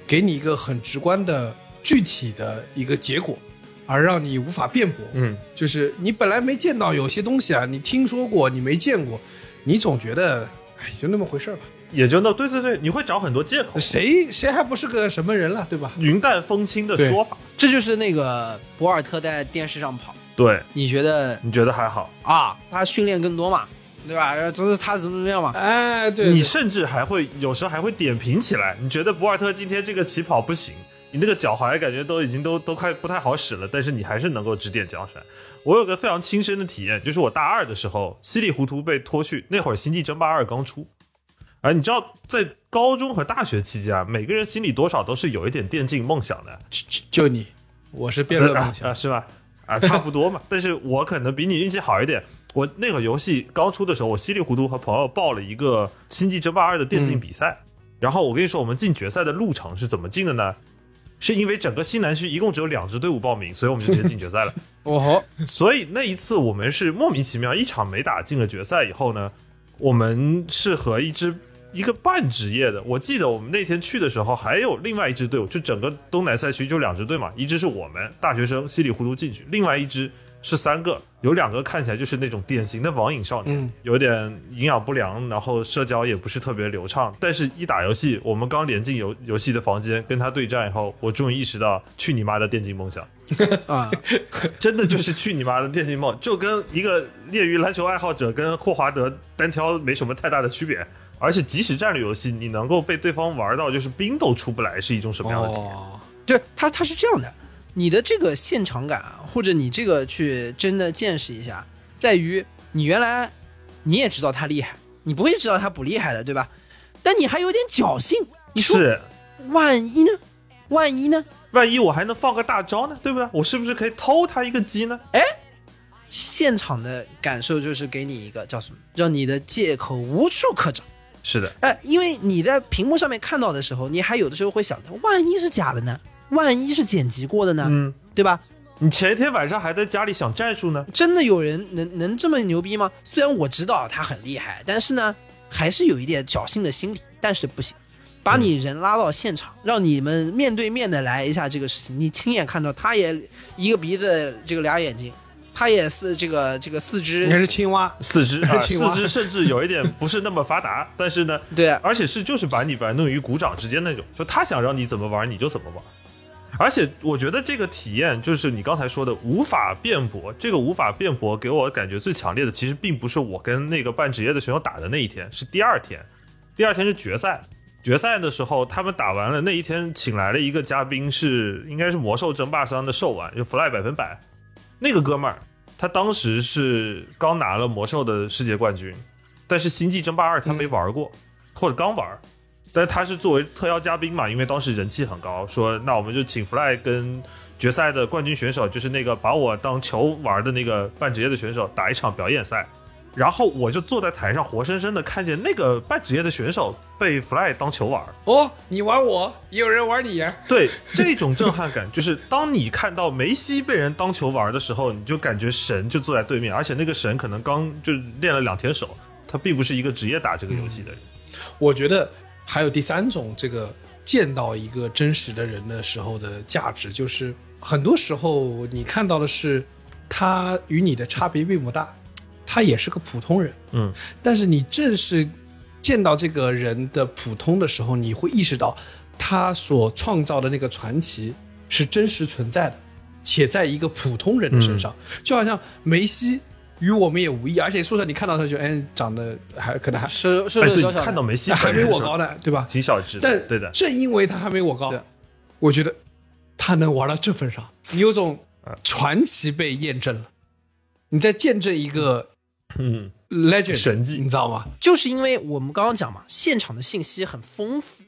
给你一个很直观的、具体的一个结果，而让你无法辩驳。嗯，就是你本来没见到有些东西啊，你听说过，你没见过，你总觉得哎就那么回事儿吧，也就那，对对对，你会找很多借口，谁谁还不是个什么人了，对吧？云淡风轻的说法。这就是那个博尔特在电视上跑，对，你觉得你觉得还好？啊，他训练更多嘛，对吧？然后就是他怎么怎么样嘛，哎，对，你对甚至还会有时候还会点评起来。你觉得博尔特今天这个起跑不行，你那个脚踝感觉都已经都都快不太好使了，但是你还是能够指点江山。我有个非常亲身的体验，就是我大二的时候稀里糊涂被拖去，那会儿《星际争霸二》刚出。哎，你知道在高中和大学期间啊，每个人心里多少都是有一点电竞梦想的，就你，我是辩论梦啊想啊，，是吧？啊，差不多嘛。 (laughs) 但是我可能比你运气好一点。我那个游戏刚出的时候，我稀里糊涂和朋友报了一个《星际争霸二》的电竞比赛。然后我跟你说，我们进决赛的路程是怎么进的呢？是因为整个西南区一共只有两支队伍报名，所以我们就直接进决赛了。 (laughs) 哦吼，所以那一次我们是莫名其妙一场没打进了决赛以后呢，我们是和一支一个半职业的，我记得我们那天去的时候还有另外一支队伍，就整个东南赛区就两支队嘛，一支是我们大学生稀里糊涂进去，另外一支是三个，有两个看起来就是那种典型的网瘾少年，嗯有点营养不良，然后社交也不是特别流畅，但是一打游戏，我们刚连进游游戏的房间跟他对战以后，我终于意识到去你妈的电竞梦想。啊，真的就是去你妈的电竞梦，就跟一个业余篮球爱好者跟霍华德单挑没什么太大的区别。而且即使战略游戏，你能够被对方玩到就是兵都出不来，是一种什么样的体验？哦，对他他是这样的，你的这个现场感啊，或者你这个去真的见识一下，在于你原来你也知道他厉害，你不会知道他不厉害的，对吧？但你还有点侥幸，你说是，万一呢？万一呢？万一我还能放个大招呢，对不对？我是不是可以偷他一个鸡呢？现场的感受就是给你一个叫什么，让你的借口无处可找。是的，哎，因为你在屏幕上面看到的时候，你还有的时候会想，万一是假的呢？万一是剪辑过的呢？嗯，对吧？你前一天晚上还在家里想战术呢，真的有人能能这么牛逼吗？虽然我知道他很厉害，但是呢，还是有一点侥幸的心理，但是不行，把你人拉到现场，让你们面对面的来一下这个事情，你亲眼看到，他也一个鼻子这个俩眼睛，他也是这个这个四应该肢，是青蛙，四肢啊，青蛙四肢甚至有一点不是那么发达，但是呢，对啊，而且是就是把你玩弄于股掌之间那种，就他想让你怎么玩你就怎么玩。而且我觉得这个体验就是你刚才说的无法辩驳，这个无法辩驳给我感觉最强烈的，其实并不是我跟那个半职业的选手打的那一天，是第二天，第二天是决赛。决赛的时候，他们打完了那一天，请来了一个嘉宾是应该是魔兽争霸三的兽玩，就 Fly 百分百那个哥们儿，他当时是刚拿了魔兽的世界冠军，但是星际争霸二他没玩过，或者刚玩儿，但是他是作为特邀嘉宾嘛，因为当时人气很高，说那我们就请 Fly 跟决赛的冠军选手，就是那个把我当球玩的那个半职业的选手打一场表演赛，然后我就坐在台上，活生生的看见那个半职业的选手被 Fly 当球玩儿。哦，你玩我，也有人玩你呀、对，这种震撼感就是当你看到梅西被人当球玩的时候，你就感觉神就坐在对面，而且那个神可能刚就练了两天手，他并不是一个职业打这个游戏的人。我觉得还有第三种，这个见到一个真实的人的时候的价值，就是很多时候你看到的是他与你的差别并不大，他也是个普通人，嗯，但是你正是见到这个人的普通的时候，你会意识到他所创造的那个传奇是真实存在的，且在一个普通人的身上，就好像梅西。与我们也无异，而且说实话，你看到他就哎，长得还可能还瘦瘦哎，瘦对，小你小看到的，梅西还本没人的我时候高呢，对吧？挺小只的，但对的，正因为他还没我高对，我觉得他能玩到这份上，你有种嗯传奇被验证了，你在见证一个嗯， legend 神迹你知道吗？就是因为我们刚刚讲嘛，现场的信息很丰富。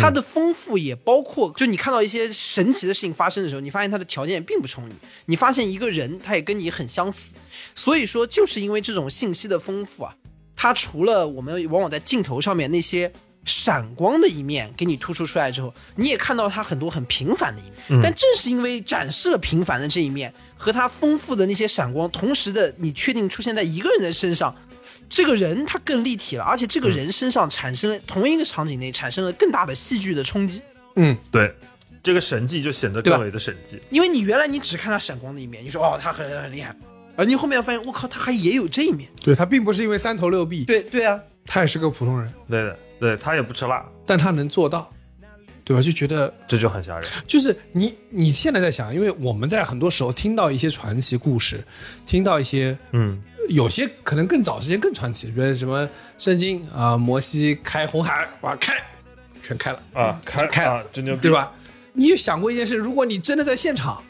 它的丰富也包括，就你看到一些神奇的事情发生的时候，你发现它的条件并不充裕，你发现一个人他也跟你很相似，所以说就是因为这种信息的丰富啊，它除了我们往往在镜头上面那些闪光的一面给你突出出来之后，你也看到它很多很平凡的一面，但正是因为展示了平凡的这一面和它丰富的那些闪光，同时的你确定出现在一个人的身上，这个人他更立体了，而且这个嗯人身上产生了同一个场景内产生了更大的戏剧的冲击。对，这个神迹就显得对吧更为的神迹。因为你原来你只看他闪光的一面，你说哦他很很厉害，而你后面发现我靠他还也有这一面。对他并不是因为三头六臂，对对啊，他也是个普通人，对的，对他也不吃辣，但他能做到，对吧？就觉得这就很吓人。就是你你现在在想，因为我们在很多时候听到一些传奇故事，听到一些嗯，有些可能更早之前更传奇，比如什么圣经啊、摩西开红海，哇开，全开了。嗯啊，开开啊，真牛逼，对？吧？你有想过一件事？如果你真的在现场，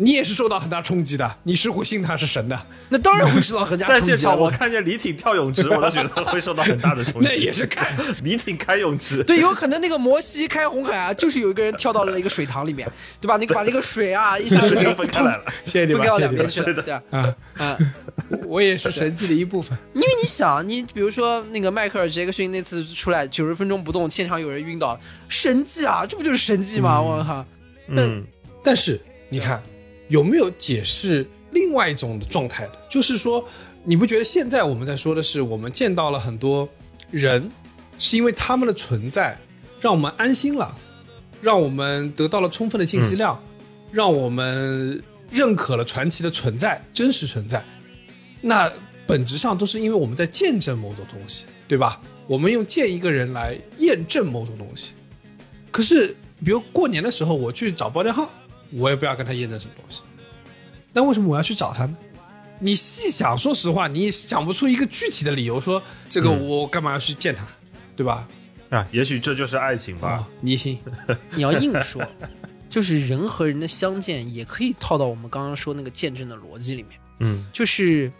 你也是受到很大冲击的，你是会信他是神的，那当然会受到很大 (laughs) 在冲现击了。啊场，我我看见李挺跳泳池，我都觉得会受到很大的冲击。那也是看。李挺开泳池，对，有可能那个摩西开红海啊，就是有一个人跳到了一个水塘里面，对吧？你把那个水啊一下子 (laughs) 水给就分开来了。谢谢你分们，开到谢谢两你边们去了，对啊，啊！啊。我我也是神迹的一部分。因为你想，你比如说那个迈克尔·杰克逊那次出来九十分钟不动，现场有人晕倒了，神迹啊，这不就是神迹吗？我靠，嗯，但是你看，有没有解释另外一种的状态的？就是说，你不觉得现在我们在说的是，我们见到了很多人，是因为他们的存在让我们安心了，让我们得到了充分的信息量，让我们认可了传奇的存在、真实存在。那本质上都是因为我们在见证某种东西，对吧？我们用见一个人来验证某种东西。可是，比如过年的时候，我去找包家浩，我也不要跟他验证什么东西。那为什么我要去找他呢？你细想，说实话，你也想不出一个具体的理由说这个嗯我干嘛要去见他，对吧？啊，也许这就是爱情吧。啊，迷信，你要硬说，就是人和人的相见也可以套到我们刚刚说那个见证的逻辑里面。嗯，就是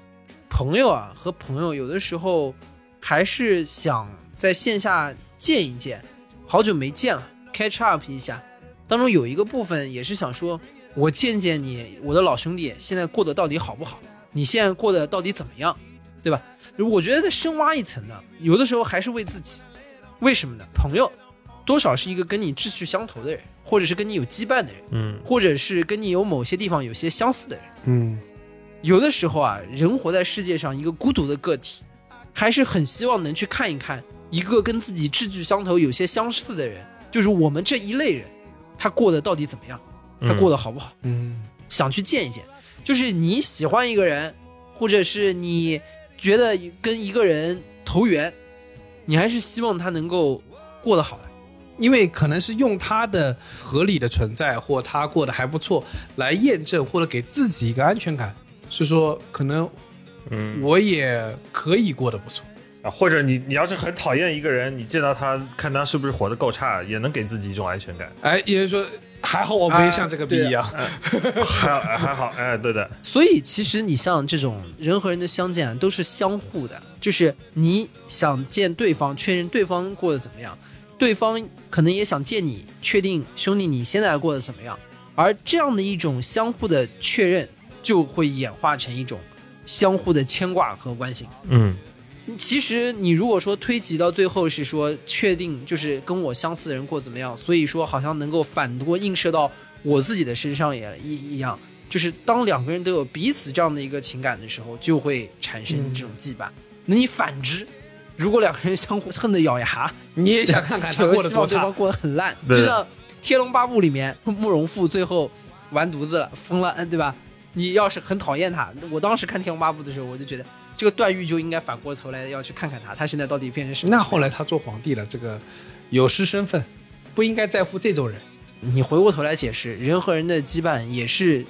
朋友啊和朋友有的时候还是想在线下见一见，好久没见了，catch up 一下。当中有一个部分也是想说，我见见你，我的老兄弟，现在过得到底好不好？你现在过得到底怎么样？对吧？我觉得再深挖一层呢，有的时候还是为自己。为什么呢？朋友多少是一个跟你志趣相投的人，或者是跟你有羁绊的人，嗯，或者是跟你有某些地方有些相似的人。嗯，有的时候啊，人活在世界上，一个孤独的个体，还是很希望能去看一看一个跟自己志趣相投、有些相似的人，就是我们这一类人，他过得到底怎么样，他过得好不好，嗯想去见一见。就是你喜欢一个人，或者是你觉得跟一个人投缘，你还是希望他能够过得好的。因为可能是用他的合理的存在或他过得还不错来验证或者给自己一个安全感，是说可能嗯我也可以过得不错。啊，或者你你要是很讨厌一个人，你见到他看他是不是活得够差，也能给自己一种安全感。哎，也就是说还好我没像这个啊逼一样，还还好，哎，对的，所以其实你像这种人和人的相见啊都是相互的，就是你想见对方，确认对方过得怎么样，对方可能也想见你，确定兄弟你现在过得怎么样，而这样的一种相互的确认，就会演化成一种相互的牵挂和关心。嗯其实你如果说推及到最后是说确定就是跟我相似的人过怎么样，所以说好像能够反过映射到我自己的身上也一一样，就是当两个人都有彼此这样的一个情感的时候，就会产生这种羁绊。那你反之，如果两个人相互恨得咬牙，你也想看看哎他就过得希 (laughs) 多望对差方。过得很烂，对就像《天龙八部》里面慕容复最后完犊子了，疯了，嗯，对吧？你要是很讨厌他，我当时看《天龙八部》的时候，我就觉得这个段誉就应该反过头来要去看看他，他现在到底变成什么？那后来他做皇帝了，这个有失身份，不应该在乎这种人。你回过头来解释，人和人的羁绊也是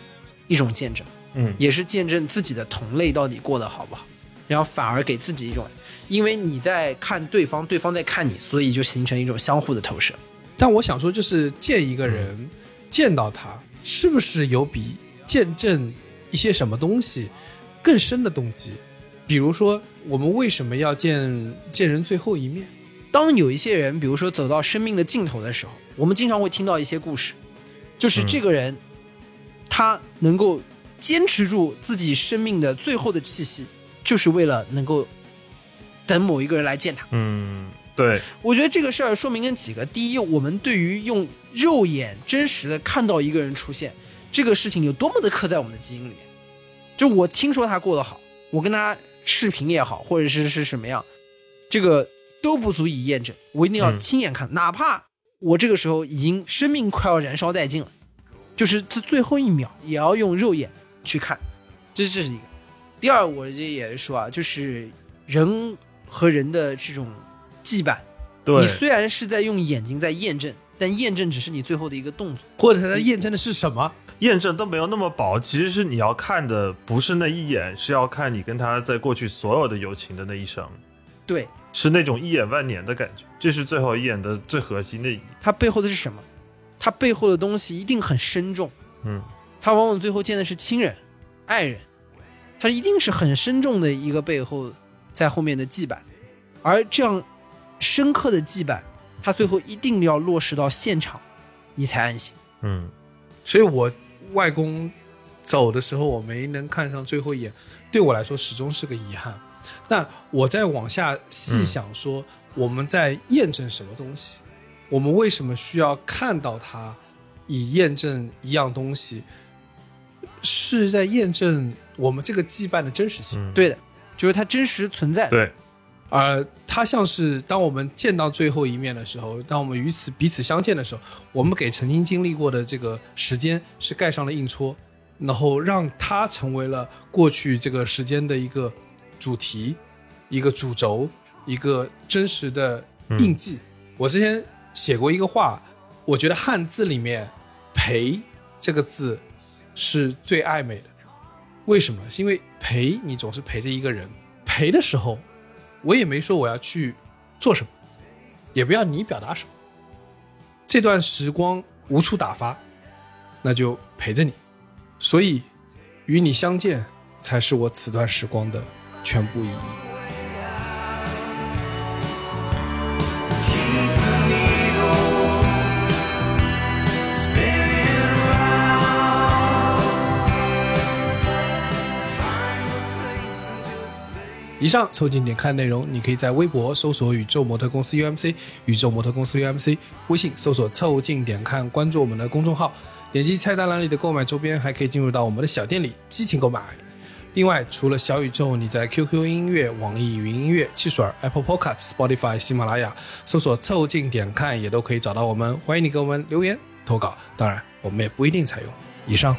一种见证，嗯也是见证自己的同类到底过得好不好，然后反而给自己一种，因为你在看对方，对方在看你，所以就形成一种相互的投射。但我想说，就是见一个人，见到他，是不是有比见证一些什么东西更深的动机？比如说，我们为什么要见见人最后一面？当有一些人，比如说走到生命的尽头的时候，我们经常会听到一些故事，就是这个人，他能够坚持住自己生命的最后的气息，就是为了能够等某一个人来见他。嗯，对，我觉得这个事儿说明跟几个：第一，我们对于用肉眼真实的看到一个人出现这个事情有多么的刻在我们的基因里面。就我听说他过得好，我跟他视频也好，或者是是什么样，这个都不足以验证。我一定要嗯亲眼看，哪怕我这个时候已经生命快要燃烧殆尽了，就是这最后一秒也要用肉眼去看。这这是一个。第二，我这也说啊，就是人和人的这种羁绊。对你，虽然是在用眼睛在验证，但验证只是你最后的一个动作。或者他验证的是什么？验证都没有那么薄，其实是你要看的不是那一眼，是要看你跟他在过去所有的友情的那一生，对，是那种一眼万年的感觉，这是最后一眼的最核心的意义。它背后的是什么？它背后的东西一定很深重。嗯，他往往最后见的是亲人、爱人，他一定是很深重的一个背后在后面的羁绊，而这样深刻的羁绊，他最后一定要落实到现场，你才安心。嗯，所以我外公走的时候，我没能看上最后一眼，对我来说始终是个遗憾。那我再往下细想说，我们在验证什么东西？我们为什么需要看到它，以验证一样东西？是在验证我们这个羁绊的真实性，嗯对的，就是它真实存在的。对，而它像是当我们见到最后一面的时候，当我们与此彼此相见的时候，我们给曾经经历过的这个时间是盖上了印戳，然后让它成为了过去这个时间的一个主题、一个主轴、一个真实的印记。我之前写过一个话，我觉得汉字里面“陪”这个字是最暧昧的。为什么？是因为陪你总是陪着一个人，陪的时候，我也没说我要去做什么，也不要你表达什么。这段时光无处打发，那就陪着你。所以，与你相见才是我此段时光的全部意义。以上凑近点看内容，你可以在微博搜索“宇宙模特公司 UMC”、“宇宙模特公司 UMC”，微信搜索“凑近点看”，关注我们的公众号，点击菜单栏里的购买周边，还可以进入到我们的小店里激情购买。另外，除了小宇宙，你在 QQ 音乐、网易云音乐、汽水儿、Apple Podcast、Spotify、喜马拉雅搜索“凑近点看”也都可以找到我们。欢迎你给我们留言投稿，当然我们也不一定采用。以上。